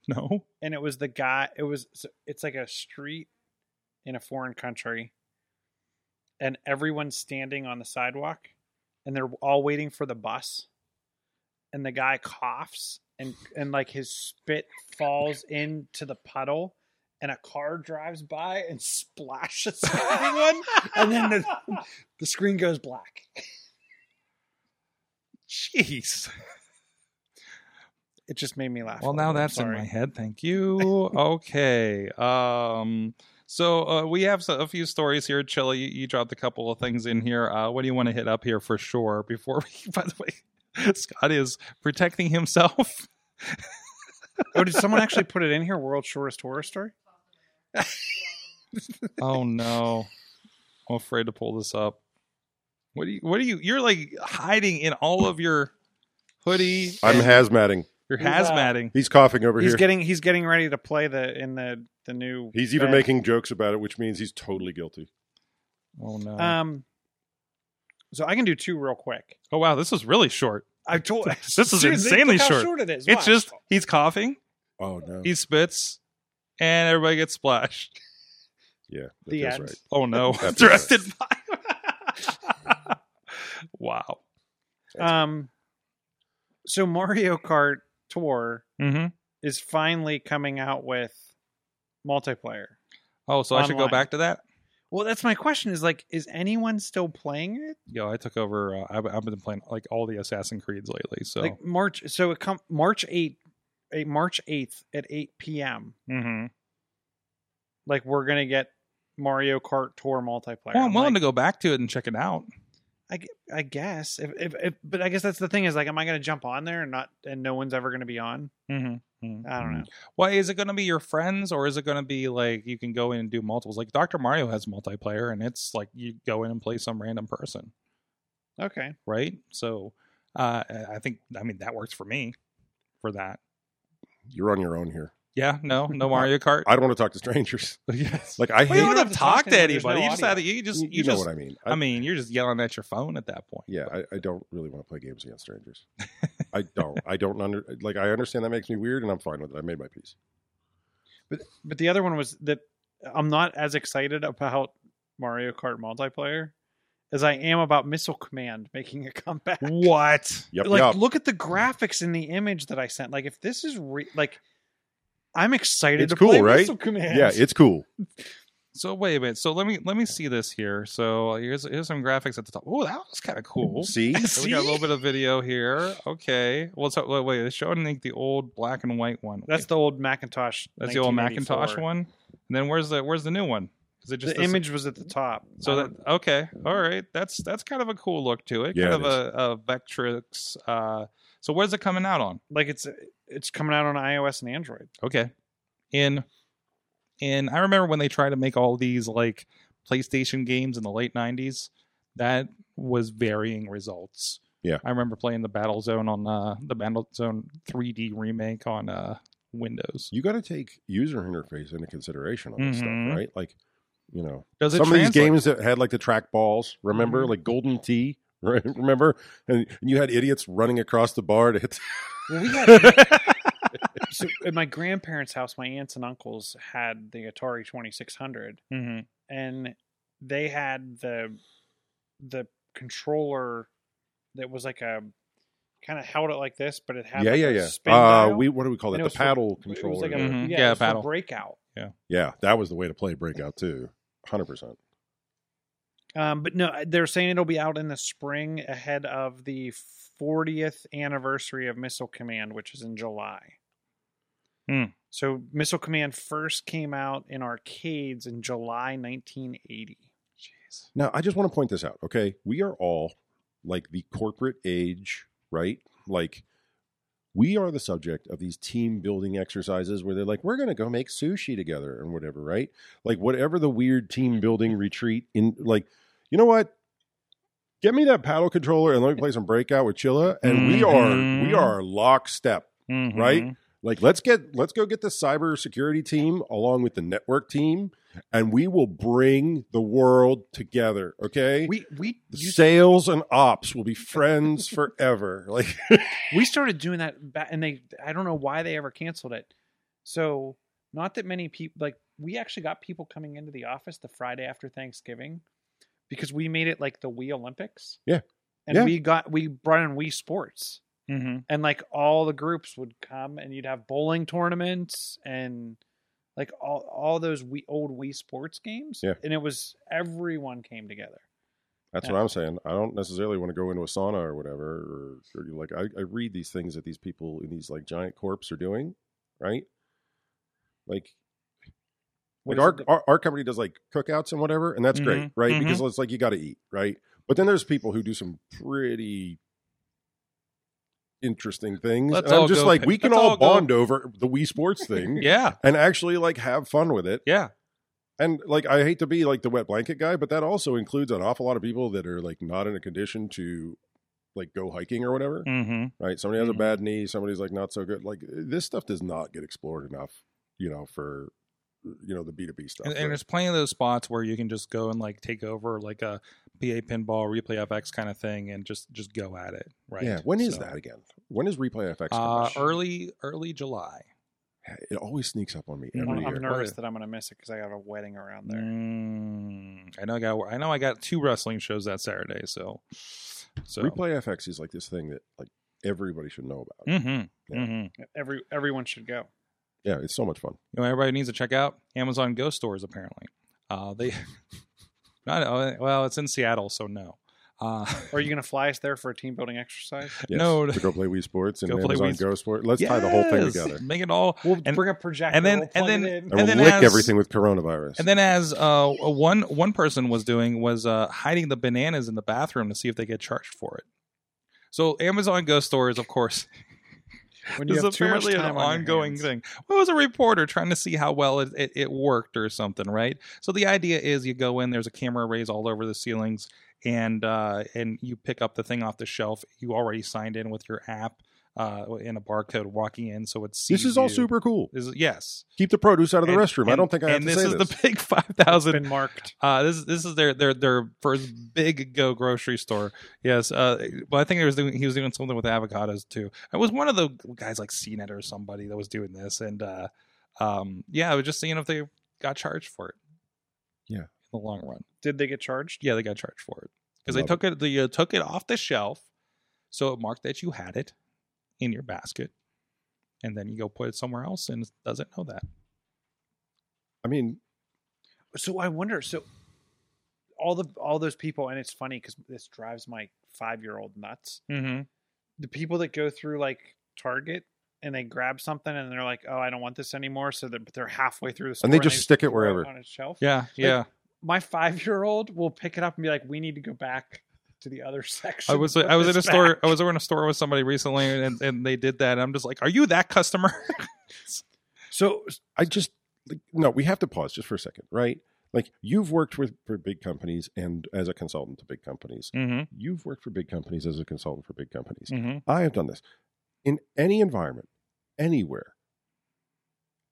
Speaker 2: No.
Speaker 3: And it was the guy. It was it's like a street in a foreign country, and everyone's standing on the sidewalk, and they're all waiting for the bus, and the guy coughs and and like his spit falls into the puddle. And a car drives by and splashes everyone, and then the, the screen goes black.
Speaker 2: Jeez.
Speaker 3: It just made me laugh.
Speaker 2: Well,
Speaker 3: a
Speaker 2: now
Speaker 3: little, I'm
Speaker 2: that's in
Speaker 3: sorry.
Speaker 2: my head. Thank you. okay. Um. So uh, we have so- a few stories here, Chili. You, you dropped a couple of things in here. Uh, what do you want to hit up here for sure? Before we, by the way, Scott is protecting himself.
Speaker 3: Oh, did someone actually put it in here? World's shortest horror story.
Speaker 2: oh no, I'm afraid to pull this up. What do you? What do you? You're like hiding in all of your hoodie.
Speaker 4: I'm hazmating.
Speaker 2: You're
Speaker 3: He's, uh,
Speaker 2: hazmating.
Speaker 4: He's coughing over
Speaker 3: he's
Speaker 4: here.
Speaker 3: getting he's getting ready to play the in the the new.
Speaker 4: he's even
Speaker 3: bed.
Speaker 4: making jokes about it, which means he's totally guilty.
Speaker 2: oh no.
Speaker 3: Um. So I can do two real quick.
Speaker 2: oh wow, this is really short.
Speaker 3: I told
Speaker 2: This is
Speaker 3: Seriously, look
Speaker 2: insanely
Speaker 3: how
Speaker 2: short.
Speaker 3: it is.
Speaker 2: It's
Speaker 3: Watch.
Speaker 2: just he's coughing.
Speaker 4: Oh no!
Speaker 2: he spits and everybody gets splashed
Speaker 4: yeah, that
Speaker 3: the
Speaker 4: feels
Speaker 3: end.
Speaker 4: right.
Speaker 2: oh no
Speaker 4: That feels
Speaker 2: directed by wow
Speaker 3: Um. So Mario Kart Tour
Speaker 2: mm-hmm.
Speaker 3: is finally coming out with multiplayer.
Speaker 2: oh so i should go
Speaker 3: Online.
Speaker 2: back to that
Speaker 3: Well, that's my question. Is like, is anyone still playing it?
Speaker 2: yo i took over uh, I've, I've been playing like all the assassin creeds lately so
Speaker 3: Like March. So it come March eight, eh, March eighth at eight p.m.
Speaker 2: Mhm.
Speaker 3: like we're gonna get Mario Kart Tour multiplayer.
Speaker 2: well, i'm
Speaker 3: I'm
Speaker 2: willing to
Speaker 3: like,
Speaker 2: go back to it and check it out
Speaker 3: I guess. If, if, if, but I guess that's the thing is like, am I gonna jump on there and not? And no one's ever gonna be on.
Speaker 2: mm-hmm.
Speaker 3: I don't know.
Speaker 2: Well, is it going to be your friends or is it going to be like you can go in and do multiples? Like Dr. Mario has multiplayer and it's like you go in and play some random person,
Speaker 3: Okay.
Speaker 2: right? So uh, I I think, I mean, that works for me for that.
Speaker 4: You're on your own here.
Speaker 2: Yeah, no, no Mario Kart.
Speaker 4: I don't want to talk to strangers.
Speaker 2: yes.
Speaker 4: Like I
Speaker 2: well, you
Speaker 4: hate.
Speaker 2: don't have to talk to
Speaker 3: anybody. There's
Speaker 2: anybody.
Speaker 3: no
Speaker 2: you just
Speaker 3: audio.
Speaker 2: had to, you just
Speaker 4: You,
Speaker 2: you,
Speaker 4: you know
Speaker 2: just.
Speaker 4: what I mean.
Speaker 2: I, mean, you're just yelling at your phone at that point.
Speaker 4: yeah, I, I don't really want to play games against strangers. I don't. I don't under like. I understand that makes me weird, and I'm fine with it. I made my peace.
Speaker 3: But but the other one was that I'm not as excited about Mario Kart multiplayer as I am about Missile Command making a comeback.
Speaker 2: What?
Speaker 4: Yep.
Speaker 3: like
Speaker 4: yep.
Speaker 3: look at the graphics in the image that I sent. Like if this is re- like I'm excited
Speaker 4: It's
Speaker 3: to
Speaker 4: cool,
Speaker 3: play
Speaker 4: right?
Speaker 3: Missile Command.
Speaker 4: yeah, it's cool.
Speaker 2: So wait a minute. So let me let me see this here. So here's here's some graphics at the top. Oh, that was kind of cool.
Speaker 4: See?
Speaker 2: So we got a little bit of video here. Okay. Well, so, wait, wait. It's showing like the old black and white one.
Speaker 3: that's the old Macintosh.
Speaker 2: That's the old Macintosh
Speaker 3: 1984.
Speaker 2: one. And then where's the where's the new one? Is it just
Speaker 3: the
Speaker 2: this-
Speaker 3: image was at the top.
Speaker 2: So
Speaker 3: I
Speaker 2: that
Speaker 3: don't-
Speaker 2: okay, all right. That's that's kind of a cool look to it.
Speaker 4: Yeah,
Speaker 2: kind of
Speaker 4: it
Speaker 2: a, a Vectrix. Uh, so where's it coming out on?
Speaker 3: like it's it's coming out on iOS and Android.
Speaker 2: Okay, in in I remember when they tried to make all these like PlayStation games in the late '90s. That was varying results.
Speaker 4: Yeah.
Speaker 2: I remember playing the Battle Zone on uh, the Battle Zone 3D remake on uh, Windows.
Speaker 4: You got to take user interface into consideration on this
Speaker 2: Mhm.
Speaker 4: stuff, right? Like, you know,
Speaker 2: Does it
Speaker 4: some of
Speaker 2: translate?
Speaker 4: these games that had like the track balls remember
Speaker 3: Mm-hmm.
Speaker 4: like golden tea right? remember and you had idiots running across the bar to hit
Speaker 3: Well, we had so at my grandparents' house, my aunts and uncles had the Atari Twenty Six Hundred,
Speaker 2: Mhm.
Speaker 3: and they had the the controller that was like a kind of held it like this, but it had
Speaker 4: yeah
Speaker 3: like
Speaker 4: yeah
Speaker 3: a
Speaker 4: yeah
Speaker 3: spin
Speaker 4: uh
Speaker 3: dial.
Speaker 4: we what do we call
Speaker 3: And it
Speaker 4: that the
Speaker 3: was for-
Speaker 4: paddle
Speaker 3: It was
Speaker 4: controller
Speaker 3: like a- Mm-hmm.
Speaker 2: Mhm.
Speaker 3: yeah,
Speaker 2: Yeah,
Speaker 3: it was for
Speaker 2: paddle.
Speaker 3: breakout.
Speaker 4: yeah that was the way to play breakout too 100%
Speaker 3: Um, but no, they're saying it'll be out in the spring ahead of the 40th anniversary of Missile Command, which is in July.
Speaker 2: Hmm.
Speaker 3: So Missile Command first came out in arcades in July 1980. Jeez.
Speaker 4: now i just want to point this out okay we are all like the corporate age right like we are the subject of these team building exercises where they're like we're going to go make sushi together and whatever right like whatever the weird team building retreat in like you know what get me that paddle controller and let me play some breakout with chilla and we are we
Speaker 2: Mhm.
Speaker 4: are lockstep Right?
Speaker 2: Mhm.
Speaker 4: like let's get let's go get the cybersecurity team along with the network team and we will bring the world together okay
Speaker 3: We we
Speaker 4: the
Speaker 3: used-
Speaker 4: sales and ops will be friends forever like
Speaker 3: we started doing that back, and they I don't know why they ever canceled it. So not that many people like we actually got people coming into the office the Friday after Thanksgiving because we made it like the Wii Olympics.
Speaker 4: Yeah.
Speaker 3: And
Speaker 4: Yeah.
Speaker 3: we got we brought in Wii Sports
Speaker 2: Mhm.
Speaker 3: and like all the groups would come and you'd have bowling tournaments and like all all those Wii, old Wii Sports games.
Speaker 4: Yeah.
Speaker 3: And it was everyone came together.
Speaker 4: that's what i'm saying i don't necessarily want to go into a sauna or whatever or, or like I, I read these things that these people in these like giant corps are doing right like
Speaker 3: What
Speaker 4: like
Speaker 3: is
Speaker 4: our,
Speaker 3: it that-
Speaker 4: our our company does like cookouts and whatever, and that's great,
Speaker 2: Mhm,
Speaker 4: right?
Speaker 2: mhm.
Speaker 4: Because it's like you got to eat, right? But then there's people who do some pretty interesting things.
Speaker 2: Let's
Speaker 4: and I'm
Speaker 2: all
Speaker 4: just
Speaker 2: go
Speaker 4: like
Speaker 2: pay-
Speaker 4: we can
Speaker 2: let's
Speaker 4: all,
Speaker 2: all go-
Speaker 4: bond over the Wii Sports thing
Speaker 2: Yeah.
Speaker 4: and actually like have fun with it.
Speaker 2: Yeah.
Speaker 4: And like I hate to be like the wet blanket guy, but that also includes an awful lot of people that are like not in a condition to like go hiking or whatever,
Speaker 2: Mm-hmm.
Speaker 4: right? Somebody has
Speaker 2: Mhm.
Speaker 4: a bad knee, somebody's like not so good. Like this stuff does not get explored enough, you know, for you know the B2B stuff.
Speaker 2: And,
Speaker 4: right?
Speaker 2: and there's plenty of those spots where you can just go and like take over like a PA pinball replay FX kind of thing and just just go at it. Right.
Speaker 4: Yeah. When is
Speaker 2: So,
Speaker 4: that again? When is replay FX?
Speaker 2: Uh,
Speaker 4: coming?
Speaker 2: early early July.
Speaker 4: it always sneaks up on me
Speaker 2: Mm.
Speaker 4: every
Speaker 3: I'm, I'm
Speaker 4: year. Oh,
Speaker 3: nervous that I'm gonna miss it because I got a wedding around there.
Speaker 2: Mm, I know I got I know I got two wrestling shows that Saturday, so so
Speaker 4: Replay FX is like this thing that like everybody should know about.
Speaker 2: hmm
Speaker 4: Yeah.
Speaker 2: hmm
Speaker 3: Every everyone should go.
Speaker 4: Yeah, it's so much fun.
Speaker 2: you know what everybody needs to check out Amazon Go stores apparently. Uh, they not uh, well, it's in Seattle, so no. Uh,
Speaker 3: Are you going to fly us there for a team building exercise?
Speaker 4: Yes,
Speaker 2: No.
Speaker 4: to go play Wii Sports and
Speaker 2: Go play
Speaker 4: Amazon
Speaker 2: Wii
Speaker 4: Go Sport. Let's tie the whole thing
Speaker 2: Yes!
Speaker 4: together.
Speaker 2: Make it all
Speaker 3: We'll
Speaker 2: And-
Speaker 3: bring a projector.
Speaker 2: and then-
Speaker 3: we'll
Speaker 2: and
Speaker 3: plug it
Speaker 2: then-
Speaker 3: in.
Speaker 4: I will
Speaker 2: then
Speaker 4: lick
Speaker 2: as-
Speaker 4: everything with coronavirus.
Speaker 2: And then, as uh, one one person was doing, was uh, hiding the bananas in the bathroom to see if they get charged for it. So Amazon Go stores, of course,
Speaker 3: when you
Speaker 2: is
Speaker 3: have too much
Speaker 2: apparently an
Speaker 3: time on your
Speaker 2: ongoing
Speaker 3: hands.
Speaker 2: thing. Well, it was a reporter trying to see how well it, it, it worked or something, right? So the idea is you go in, there's a camera arrays all over the ceilings, and uh, and you pick up the thing off the shelf. You already signed in with your app uh, and a barcode walking in, so it sees
Speaker 4: this is all
Speaker 2: you.
Speaker 4: super cool.
Speaker 2: This is- yes.
Speaker 4: Keep the produce out of the
Speaker 2: And-
Speaker 4: restroom. I
Speaker 2: and-
Speaker 4: don't think I have
Speaker 2: and
Speaker 4: to
Speaker 2: this
Speaker 4: say
Speaker 2: is
Speaker 4: this.
Speaker 2: the big five thousand
Speaker 3: Been marked.
Speaker 2: uh, this this is their their their first big go grocery store. Yes, uh, but I think he was doing he was doing something with avocados too. It was one of the guys like CNET or somebody that was doing this, and uh, um, yeah, I was just seeing if they got charged for it.
Speaker 4: Yeah.
Speaker 2: in the long run,
Speaker 3: Did they get charged?
Speaker 2: yeah, they got charged for it. because they
Speaker 4: Love
Speaker 2: took it they uh, took it off the shelf, so it marked that you had it in your basket, and then you go put it somewhere else and it doesn't know that.
Speaker 4: I mean,
Speaker 3: So I wonder. So all the all those people, and it's funny because this drives my five year old nuts.
Speaker 2: Mm-hmm.
Speaker 3: The people that go through like Target and they grab something and they're like, "Oh, I don't want this anymore." So they're, but they're halfway through the store
Speaker 4: And they just stick it
Speaker 3: throw
Speaker 4: wherever.
Speaker 3: on a shelf.
Speaker 2: Yeah, yeah.
Speaker 3: My five year old will pick it up and be like, "We need to go back to the other section."
Speaker 2: I was
Speaker 3: and put
Speaker 2: I was in a
Speaker 3: this
Speaker 2: store
Speaker 3: back."
Speaker 2: I was in a store with somebody recently and, and they did that. And I'm just like, are you that customer?
Speaker 3: so
Speaker 4: I just like, no. We have to pause just for a second, right? Like you've worked with for big companies and as a consultant to big companies.
Speaker 2: mm-hmm.
Speaker 4: You've worked for big companies as a consultant for big companies.
Speaker 2: Mm-hmm.
Speaker 4: I have done this in any environment, anywhere.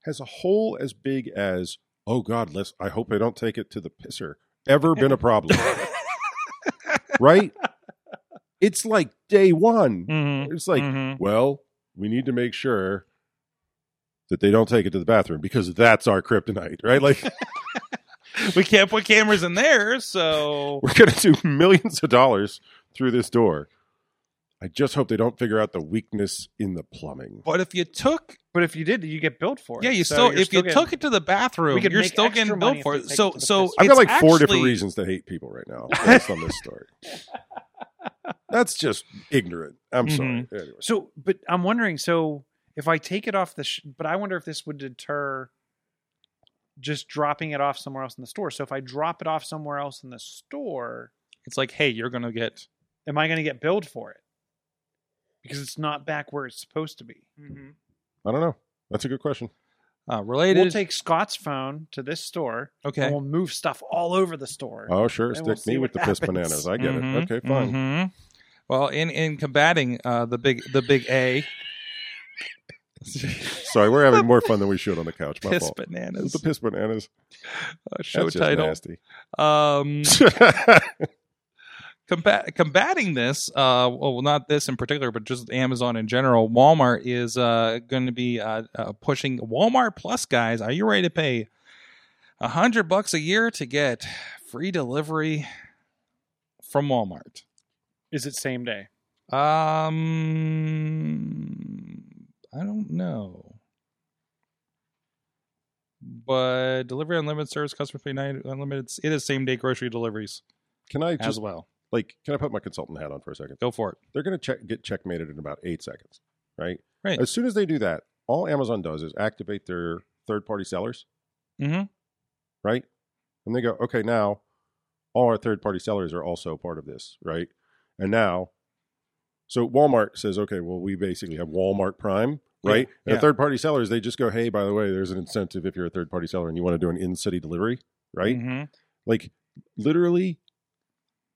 Speaker 4: Has a hole as big as oh god, let's. I hope I don't take it to the pisser. Ever been a problem? right? It's like day one.
Speaker 2: Mm-hmm.
Speaker 4: It's like well, we need to make sure that they don't take it to the bathroom because that's our kryptonite, right? Like
Speaker 2: we can't put cameras in there, so
Speaker 4: we're going to do millions of dollars through this door. I just hope they don't figure out the weakness in the plumbing.
Speaker 2: but if you took
Speaker 3: But if you did, you get billed for it.
Speaker 2: yeah, you
Speaker 3: So
Speaker 2: still
Speaker 3: you're
Speaker 2: if you
Speaker 3: getting-
Speaker 2: took it to the bathroom,
Speaker 3: We could
Speaker 2: you're
Speaker 3: make
Speaker 2: still
Speaker 3: extra
Speaker 2: getting
Speaker 3: money
Speaker 2: billed
Speaker 3: if
Speaker 2: for
Speaker 3: we
Speaker 2: it.
Speaker 3: take it
Speaker 2: So
Speaker 3: to the
Speaker 2: so
Speaker 3: piss.
Speaker 4: I've got
Speaker 2: it's
Speaker 4: like four different
Speaker 2: actually-
Speaker 4: reasons to hate people right now based on this story. That's just ignorant. I'm sorry.
Speaker 2: Mm-hmm.
Speaker 4: Anyway.
Speaker 3: So, but I'm wondering. So, if I take it off the, sh- but I wonder if this would deter just dropping it off somewhere else in the store. So, if I drop it off somewhere else in the store,
Speaker 2: It's like, hey, you're gonna get
Speaker 3: am I going to get billed for it? Because it's not back where it's supposed to be.
Speaker 4: I don't know. That's a good question.
Speaker 2: uh, related.
Speaker 3: We'll take Scott's phone to this store,
Speaker 2: okay.
Speaker 3: and we'll move stuff all over the store.
Speaker 4: Oh, sure.
Speaker 3: And
Speaker 4: Stick
Speaker 3: we'll
Speaker 4: me
Speaker 3: see
Speaker 4: with
Speaker 3: what
Speaker 4: the piss
Speaker 3: happens.
Speaker 4: bananas. I get
Speaker 2: Mhm,
Speaker 4: it. Okay, fine.
Speaker 2: mhm. Well, in in combating uh, the big the big A
Speaker 4: Sorry, we're having more fun than we should on the couch. My
Speaker 2: piss
Speaker 4: fault.
Speaker 2: bananas
Speaker 4: The piss bananas.
Speaker 2: uh, show
Speaker 4: That's just
Speaker 2: title.
Speaker 4: nasty.
Speaker 2: Um, combat combating this uh well not this in particular but just amazon in general walmart is uh going to be uh, uh pushing walmart plus guys are you ready to pay a hundred bucks a year to get free delivery from walmart
Speaker 3: Is it same day?
Speaker 2: um i don't know but delivery unlimited service customers pay nine unlimited it is same day grocery deliveries
Speaker 4: Can I
Speaker 2: as
Speaker 4: just
Speaker 2: well
Speaker 4: like can I put my consultant hat on for a second?
Speaker 2: go for it
Speaker 4: They're going to check, get checkmated in about eight seconds, right?
Speaker 2: Right.
Speaker 4: As soon as they do that, all Amazon does is activate their third-party sellers,
Speaker 2: Mhm.
Speaker 4: right? And they go, okay, now all our third-party sellers are also part of this, right? And now, so Walmart says, okay, well, we basically have Walmart Prime.
Speaker 2: Yeah,
Speaker 4: Right, and
Speaker 2: yeah.
Speaker 4: the third-party sellers they just go, "Hey, by the way, there's an incentive if you're a third-party seller and you want to do an in-city delivery, right?"
Speaker 2: Mhm.
Speaker 4: Like literally,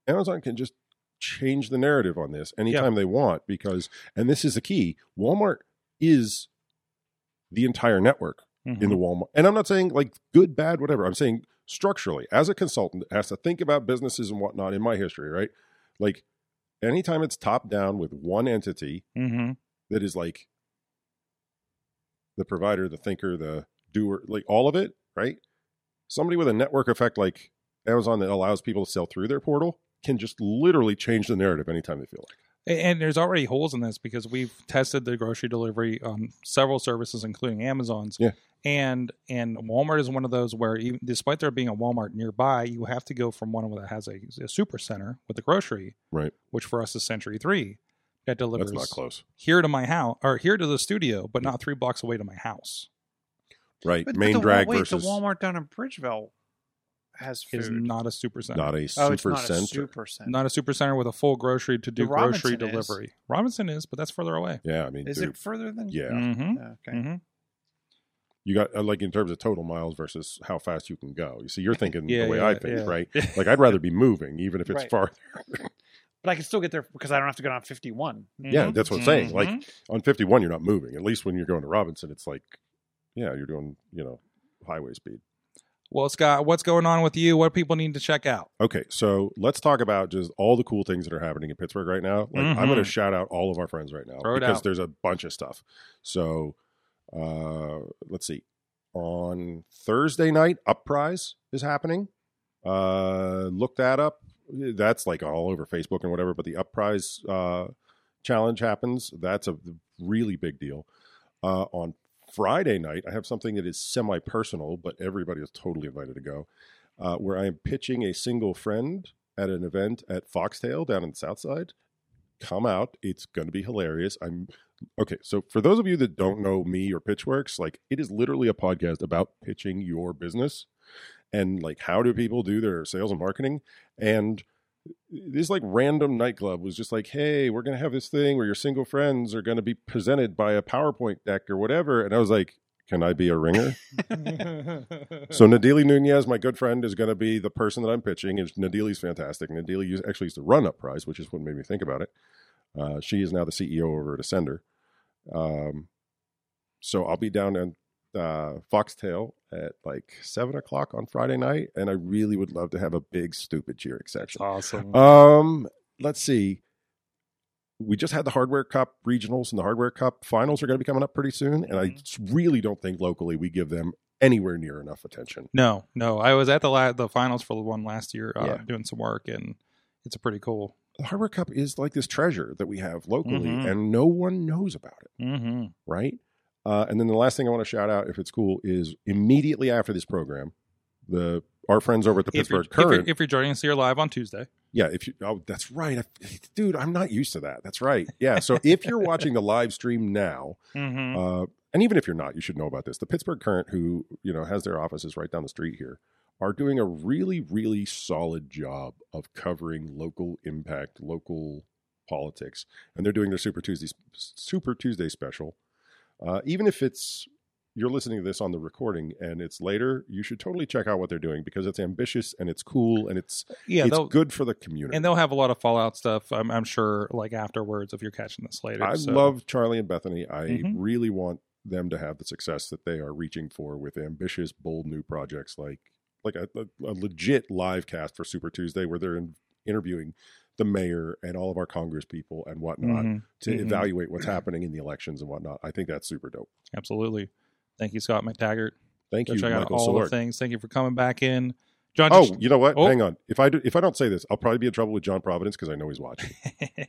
Speaker 4: Amazon can just change the narrative on this anytime they want because, and this is the key Walmart is the entire network in the Walmart. And I'm not saying like good, bad, whatever. I'm saying structurally, as a consultant that has to think about businesses and whatnot in my history, right? Like anytime it's top down with one entity
Speaker 2: Mm-hmm.
Speaker 4: that is like the provider, the thinker, the doer, like all of it, right? Somebody with a network effect like Amazon that allows people to sell through their portal can just literally change the narrative anytime they feel like.
Speaker 2: And there's already holes in this because we've tested the grocery delivery on several services, including Amazon's.
Speaker 4: Yeah.
Speaker 2: And and Walmart is one of those where, even, despite there being a Walmart nearby, you have to go from one that has a, a super center with the grocery,
Speaker 4: Right.
Speaker 2: Which for us is Century Three, that delivers
Speaker 4: That's not close.
Speaker 2: here to my house or here to the studio, but not three blocks away to my house.
Speaker 4: Right.
Speaker 3: But,
Speaker 4: Main
Speaker 3: but the,
Speaker 4: drag
Speaker 3: wait,
Speaker 4: versus
Speaker 3: the Walmart down in Bridgeville has
Speaker 2: It
Speaker 3: food.
Speaker 2: is not a super center,
Speaker 4: not a
Speaker 3: oh,
Speaker 4: super
Speaker 3: it's not
Speaker 4: center.
Speaker 3: a super center.
Speaker 2: not a super center with a full grocery to do
Speaker 3: The
Speaker 2: grocery
Speaker 3: Robinson is.
Speaker 2: delivery. Robinson is, but that's further away.
Speaker 4: yeah, I mean,
Speaker 3: Is
Speaker 4: dude,
Speaker 3: it further than?
Speaker 4: yeah. Mm.
Speaker 2: Mm-hmm.
Speaker 3: Yeah, Okay.
Speaker 2: Mm-hmm.
Speaker 4: You got uh, like in terms of total miles versus how fast you can go. You see, you're thinking
Speaker 2: Yeah,
Speaker 4: the way
Speaker 2: yeah,
Speaker 4: I think,
Speaker 2: yeah.
Speaker 4: right? Like I'd rather be moving, even if it's
Speaker 3: Right.
Speaker 4: far.
Speaker 3: but I can still get there because I don't have to go down 51.
Speaker 4: Yeah, that's what I'm saying.
Speaker 3: Mm-hmm.
Speaker 4: Like on 51 you're not moving at least when you're going to robinson it's like yeah you're doing you know highway speed
Speaker 2: Well, Scott, what's going on with you? What people need to check out?
Speaker 4: okay so let's talk about just all the cool things that are happening in pittsburgh right now like i'm
Speaker 2: Mhm.
Speaker 4: going to shout out all of our friends right now
Speaker 2: Throw it
Speaker 4: because
Speaker 2: out.
Speaker 4: there's a bunch of stuff so uh let's see on thursday night uprise is happening uh look that up that's like all over Facebook and whatever. But the Uprise uh, challenge happens. That's a really big deal. Uh, on Friday night, I have something that is semi personal, but everybody is totally invited to go, uh, where I am pitching a single friend at an event at Foxtail down in Southside. Come out. It's going to be hilarious. I'm okay. So, for those of you that don't know me or Pitchworks, like it is literally a podcast about pitching your business and like how do people do their sales and marketing and this like random nightclub was just like hey we're gonna have this thing where your single friends are gonna be presented by a powerpoint deck or whatever and i was like can i be a ringer so nadili nunez my good friend is gonna be the person that i'm pitching and nadili's fantastic nadili used- actually used to run up prize which is what made me think about it uh, she is now the ceo over at ascender um, so i'll be down in uh, Foxtail at like seven o'clock on Friday night, and I really would love to have a big stupid cheering section.
Speaker 2: Mm-hmm.
Speaker 3: awesome.
Speaker 4: Um, let's see. We just had the Hardware Cup regionals, and the Hardware Cup finals are going to be coming up pretty soon. And
Speaker 2: Mm-hmm.
Speaker 4: I s- really don't think locally we give them anywhere near enough attention.
Speaker 2: No, no. I was at the la- the finals for the one last year, uh,
Speaker 4: Yeah.
Speaker 2: doing some work, and it's a pretty cool.
Speaker 4: The Hardware Cup is like this treasure that we have locally,
Speaker 2: Mhm.
Speaker 4: and no one knows about it.
Speaker 2: Mm-hmm.
Speaker 4: right? Uh, and then the last thing I want to shout out, if it's cool, is immediately after this program, the our friends over at the
Speaker 2: If you're,
Speaker 4: Pittsburgh
Speaker 2: if, you're,
Speaker 4: Current.
Speaker 2: if you're joining us here live on Tuesday,
Speaker 4: yeah, if you, oh, that's right, I- dude, I'm not used to that. That's right. Yeah. So if you're watching the live stream now,
Speaker 3: Mhm.
Speaker 4: uh, and even if you're not, you should know about this. The Pittsburgh Current, who you know has their offices right down the street here, are doing a really, really solid job of covering local impact, local politics, and they're doing their Super Tuesday Super Tuesday special. Uh, even if it's you're listening to this on the recording and it's later, you should totally check out what they're doing because it's ambitious and it's cool and it's
Speaker 2: yeah,
Speaker 4: it's
Speaker 2: they'll,
Speaker 4: good for the community.
Speaker 2: and they'll have a lot of Fallout stuff. I'm, I'm sure, like afterwards, if you're catching this later.
Speaker 4: I
Speaker 2: so-
Speaker 4: love Charlie and Bethany. I
Speaker 2: Mhm.
Speaker 4: really want them to have the success that they are reaching for with ambitious, bold new projects like like a, a, a legit live cast for Super Tuesday where they're in, interviewing the mayor and all of our Congress people and whatnot
Speaker 2: Mhm.
Speaker 4: to
Speaker 2: Mhm.
Speaker 4: evaluate what's happening in the elections and whatnot. I think that's super dope.
Speaker 2: Absolutely. Thank you, Scott McTaggart.
Speaker 4: Thank
Speaker 2: Go
Speaker 4: you,
Speaker 2: check out
Speaker 4: Michael
Speaker 2: all the
Speaker 4: Solort.
Speaker 2: things. Thank you for coming back in, John.
Speaker 4: Oh, you know what?
Speaker 2: Oh.
Speaker 4: Hang on. If I do, if I don't say this, I'll probably be in trouble with John Providence because I know he's watching.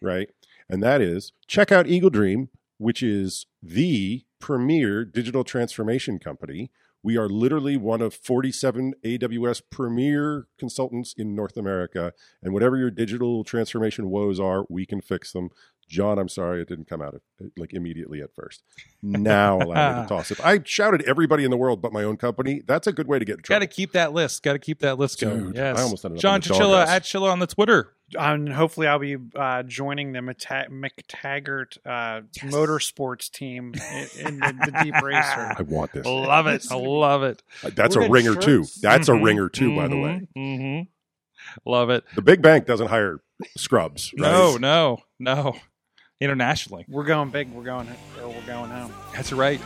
Speaker 4: right? And that is check out Eagle Dream, which is the premier digital transformation company. We are literally one of 47 AWS premier consultants in North America. And whatever your digital transformation woes are, we can fix them. John, I'm sorry it didn't come out of, like immediately at first. Now allow me to toss it. I shouted everybody in the world but my own company. That's a good way to get in
Speaker 2: Got
Speaker 4: trouble.
Speaker 2: to keep that list. Got to keep that list going.
Speaker 4: Dude,
Speaker 2: yes.
Speaker 4: I almost ended up
Speaker 2: John
Speaker 4: in the
Speaker 2: Chichilla
Speaker 4: doghouse.
Speaker 2: at Chilla on the Twitter.
Speaker 3: and hopefully I'll be uh, joining the Mata- McTaggart uh, motorsports team in, in the, the deep racer.
Speaker 4: I want this. Uh,
Speaker 2: Love it. I love it.
Speaker 4: That's
Speaker 3: We're
Speaker 4: a
Speaker 3: in
Speaker 4: ringer too.
Speaker 3: shirts.
Speaker 4: That's a
Speaker 2: Mhm.
Speaker 4: ringer too, by the way.
Speaker 2: Mhm. Mhm. Love it.
Speaker 4: The big bank doesn't hire scrubs. Right?
Speaker 2: No, no, no. Internationally.
Speaker 3: We're going big. We're going or we're going home.
Speaker 2: That's right.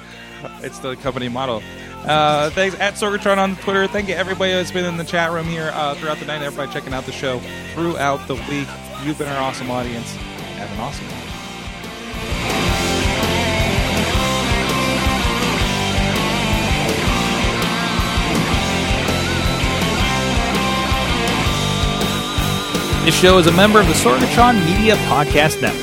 Speaker 2: It's the company motto. Uh, thanks at Sorgatron on Twitter. Thank you everybody that's been in the chat room here uh, throughout the night. Everybody checking out the show throughout the week. You've been our awesome audience. Have an awesome one. This show is a member of the Sorgatron Media Podcast Network.